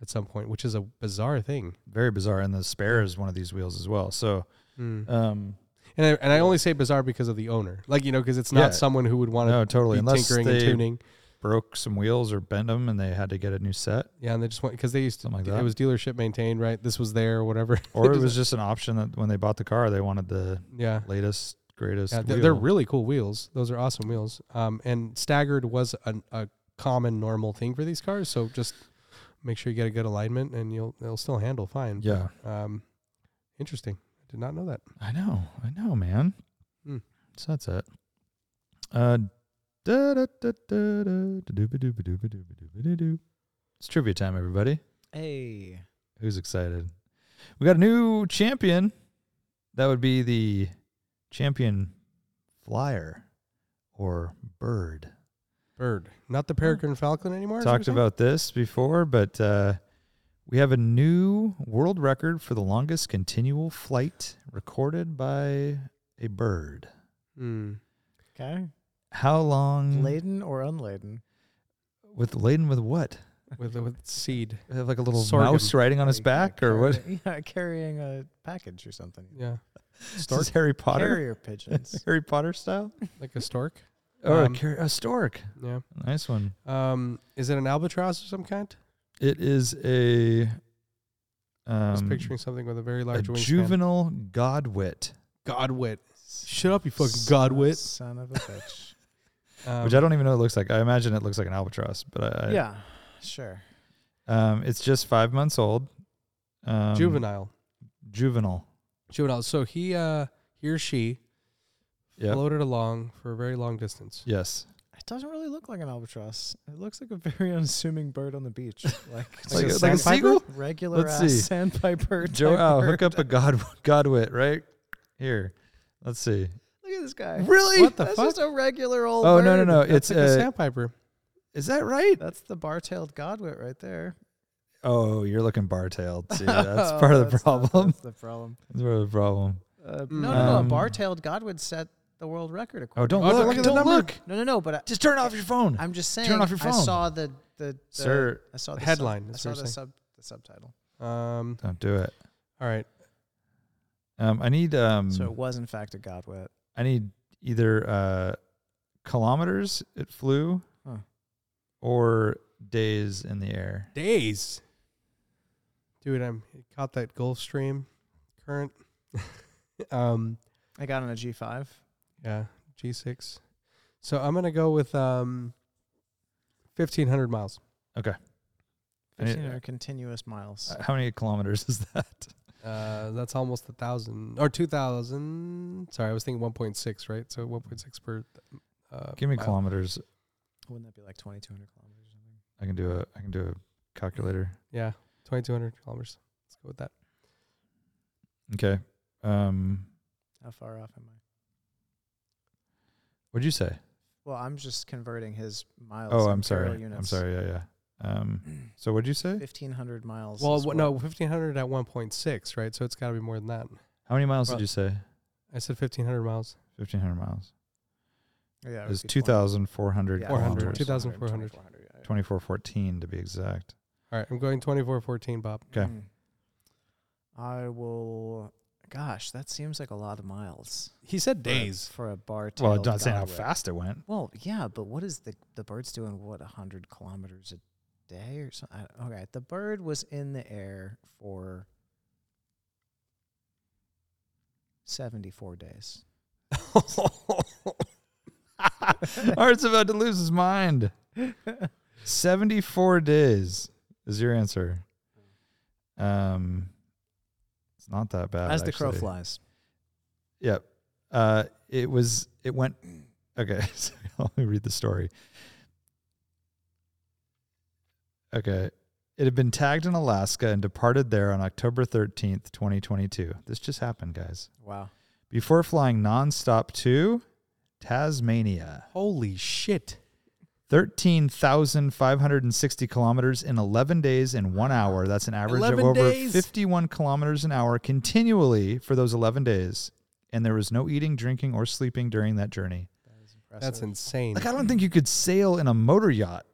C: at some point, which is a bizarre thing.
E: Very bizarre. And the spare is one of these wheels as well. So, um,
C: And I, and I only say bizarre because of the owner, like you know, because it's not
E: Yeah.
C: someone who would want to
E: No, totally,
C: be
E: unless
C: tinkering and
E: they-
C: tuning.
E: broke some wheels or bent them, and they had to get a
C: (laughs)
E: new set,
C: Yeah, and they just went because they used to.
E: Something like
C: It
E: that.
C: was dealership maintained, right? This was there or whatever. (laughs)
E: or it was just an option that when they bought the car, they wanted the
C: yeah.
E: latest, greatest.
C: Yeah, they're,
E: wheel.
C: they're really cool wheels. Those are awesome wheels. Um, and staggered was an, a common, normal thing for these cars. So just make sure you get a good alignment, and you'll they'll still handle fine.
E: yeah.
C: Um, interesting. I did not know that.
E: I know, I know, man.
C: Hmm.
E: So that's it. Uh, da- da- da- da- da- da- dooba- dooba- dooba- dooba- dooba- doo- doo. It's trivia time, everybody.
B: Hey.
E: Who's excited? We got a new champion. That would be the champion flyer or bird.
C: Bird, not the peregrine falcon anymore. is that what
E: Talked
C: you're saying?
E: about this before, but uh, we have a new world record for the longest continual flight recorded by a bird.
C: Mm.
B: Okay.
E: How
C: Hmm.
E: long?
B: Laden or unladen?
E: With laden with what?
C: with with seed.
E: We (laughs) have like a little
C: Sorghum.
E: mouse riding on his
B: Like,
E: back, or (laughs) what?
B: carry- (laughs) Yeah, carrying a package or something.
C: Yeah,
E: Is this Harry Potter?
B: Carrier pigeons.
E: Harry Potter style?
C: like a stork.
E: Or
C: Um,
E: a, Oh, car- uh, a stork?
C: Yeah.
E: Nice one.
C: Um, is it an albatross of some kind?
E: It is a.
C: I was
E: Um,
C: picturing something with a very
E: a
C: large wingspan.
E: juvenile godwit,
C: godwit. (laughs) Shut up, you fucking
B: Son-
C: godwit.
B: Son of a
C: (laughs)
B: bitch.
C: Um,
E: which I don't even know what it looks like. I imagine it looks like an albatross, but I, I-
B: yeah, sure.
E: Um, it's just five months old. Um,
C: juvenile.
E: Juvenile.
C: Juvenile. So he, uh, he or she,
E: Yep.
C: floated along for a very long distance.
E: Yes.
B: It doesn't really look like an albatross. It looks like a very (laughs) unassuming bird on the beach, like
E: Like
B: just
E: a- like
B: sandpiper?
E: a seagull?
B: regular
E: Let's
B: ass
E: see.
B: sandpiper.
E: (laughs) Joe,
B: type
E: oh,
B: bird.
E: hook up a god (laughs) godwit right here. Let's see.
B: Look at this guy.
E: Really?
C: What the
B: That's
C: fuck?
B: just a regular
C: (laughs)
B: old.
E: Oh no no
B: bird.
E: no!
C: That's
E: It's
C: like a
E: uh,
C: sandpiper.
E: is that (laughs) right?
B: That's the bar-tailed godwit right there.
E: Oh, you're looking bar-tailed. See, Oh, (laughs) that's part of the
B: That's not-
E: problem.
B: That's the problem.
E: That's part of the problem.
B: (laughs) Uh,
C: Mm.
B: No, no, no. A
E: Um,
B: bar-tailed godwit set the world record.
E: Oh,
B: According
E: don't
C: Oh, don't
E: look!
C: look at the
E: don't
C: number.
E: look!
B: No, no, no. But I,
E: (laughs) Just turn off your phone.
B: I'm just saying.
E: Turn off your
B: I
E: phone.
B: saw the the, the
E: Sir,
B: I saw the sub-
C: headline,
B: I
C: that's
B: saw
C: what
B: the
C: you're
B: sub
C: saying.
B: the subtitle.
C: Um,
E: Don't do it.
C: all right.
E: Um, I need um,
B: So it was in fact a godwit.
E: I need either uh, kilometers it flew,
B: Huh.
E: or days in the air.
C: Days. Dude, I'm it caught that Gulf Stream current. (laughs) um,
B: I got on a G five.
C: yeah, G6. So I'm gonna go with um, fifteen hundred miles.
E: I need-
B: Fifteen or continuous miles.
E: uh, how many kilometers is that? (laughs)
C: Uh, that's almost a thousand or two thousand. Sorry, I was thinking one point six, right? So one point six per. th- Uh,
E: Give me
C: mile.
E: kilometers.
B: Wouldn't that be like twenty two hundred kilometers or something?
E: I can do a. I can do a calculator.
C: Yeah, twenty two hundred kilometers. Let's go with that.
E: Okay. Um,
B: How far off am I?
E: what'd you say?
B: Well, I'm just converting his miles.
E: Oh,
B: in
E: I'm sorry.
B: imperial
E: I'm
B: Units.
E: sorry. Yeah, yeah. Um, so what'd you say?
B: Fifteen hundred miles.
C: Well,
B: is
C: w-
B: what-
C: no, fifteen hundred at one point six, right? So it's got to be more than that.
E: How many miles
B: Well-
E: did you say?
C: I said fifteen hundred miles.
E: Fifteen hundred miles.
B: Yeah,
E: It was two thousand four hundred
C: four hundred,
E: kilometers.
C: 2,000. 2,400.
B: 2,400.
E: Twenty-four fourteen to be exact.
C: All right, I'm going twenty four fourteen, Bob.
E: Okay.
B: Mm. I will. Gosh, that seems like a lot of miles.
C: He said
B: for a-
C: days.
B: for a bar.
E: Well, it doesn't say how fast
B: (laughs)
E: it went. (laughs)
B: Well, yeah, but what is the the bird's doing? What hundred kilometers a day or something? Okay, the bird was in the air for seventy four days.
E: Art's about to lose his mind. Seventy-four days is your answer. Um, it's not that bad.
B: As the crow
E: actually.
B: flies.
E: Yep. Uh, it was. It went. Okay. (laughs) So let me read the story. Okay. It had been tagged in Alaska and departed there on October 13th, 2022. This just happened, guys.
B: Wow.
E: Before flying nonstop to Tasmania,
C: Holy shit!
E: 13,560 kilometers in 11 days and one hour. That's an average of
C: 11
E: over
C: days?
E: 51 kilometers an hour continually for those 11 days. And there was no eating, drinking, or sleeping during that journey.
B: That is impressive.
C: That's insane.
E: Like, I don't think you could sail in a motor yacht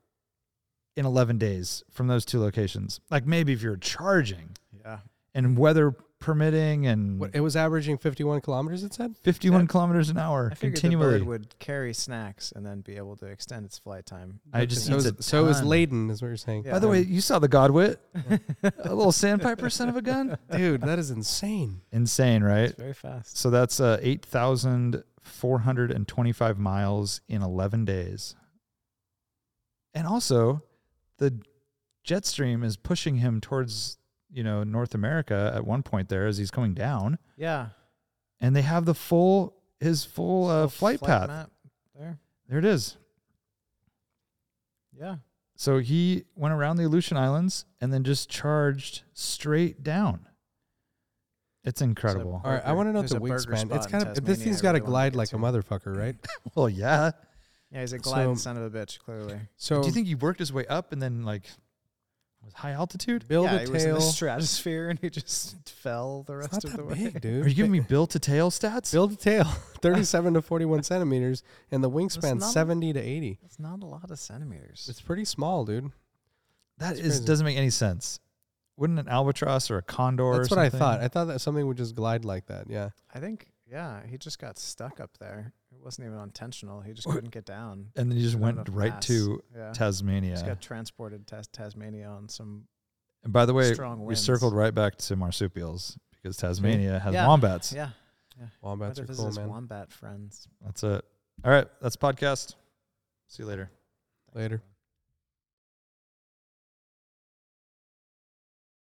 E: in 11 days from those two locations. Like, maybe if you're charging
B: Yeah.
E: and weather permitting and
C: What, it was averaging fifty one kilometers. It said.
E: 51 kilometers an hour
B: I figured the
E: continually.
B: bird would carry snacks and then be able to extend its flight time.
E: I just
C: so
E: eats
C: is,
E: a
C: so is
E: ton.
C: laden, is what you're saying.
B: Yeah.
E: By the way, you saw the Godwit,
B: (laughs)
E: a little sandpiper son of a gun.
C: dude, that is
B: (laughs)
C: insane.
E: Insane, right?
B: It's very fast.
E: So that's uh, 8,425 miles in 11 days. And also, the jet stream is pushing him towards, you know, North America at one point there as he's coming down.
B: Yeah.
E: And they have the full, his full uh,
B: Little
E: flight path.
B: map there.
E: There it is.
B: Yeah.
E: So he went around the Aleutian Islands and then just charged straight down.
C: (laughs)
E: It's incredible.
C: All right, I want to know
B: There's
C: the
B: a burger
C: wingspan.
B: spot
C: It's
B: in
C: kind of this
B: Tasmania
C: thing's
B: I
C: got to
B: really wanna
C: glide
B: get
C: like a
B: to. (laughs)
C: motherfucker, right?
E: well, yeah.
B: Yeah, he's a gliding
C: So-
B: son of a bitch. Clearly,
C: So
E: Do you think he worked his way up and then like was high altitude?
C: build
B: yeah,
C: a
B: he was in
C: tail?
B: the stratosphere and he just (laughs) fell the
C: It's
B: rest
C: not
B: of the
C: that
B: way.
C: big, dude.
E: Are you
B: (laughs)
E: giving me bill to tail
C: (laughs)
E: stats?
C: build a tail? (laughs) Thirty-seven to forty-one centimeters, and the wingspan
B: not a-
C: seventy to eighty.
B: That's not a lot of centimeters.
C: It's pretty small, dude.
E: that
C: That's
E: is
C: crazy.
E: doesn't make any sense. Wouldn't an albatross or a condor? or
C: That's what I
E: something-
C: thought. I thought that something would just glide like that. Yeah.
B: I think, yeah, he just got stuck up there. It wasn't even intentional. He just
E: Or-
B: couldn't get down.
E: And then he just
B: Not
E: went
B: enough
E: right
B: mass.
E: to
B: Yeah, just
E: Tasmania.
B: got transported to Tas- Tasmania on some
E: And by the way,
B: strong
E: we
B: winds.
E: circled right back to marsupials because Tasmania has
B: Yeah.
E: wombats.
B: Yeah,
C: Wombats
B: what
C: are
B: if this
C: cool,
B: is
C: man.
B: wombat friends?
E: That's it. All right, that's podcast. See you later.
C: Later.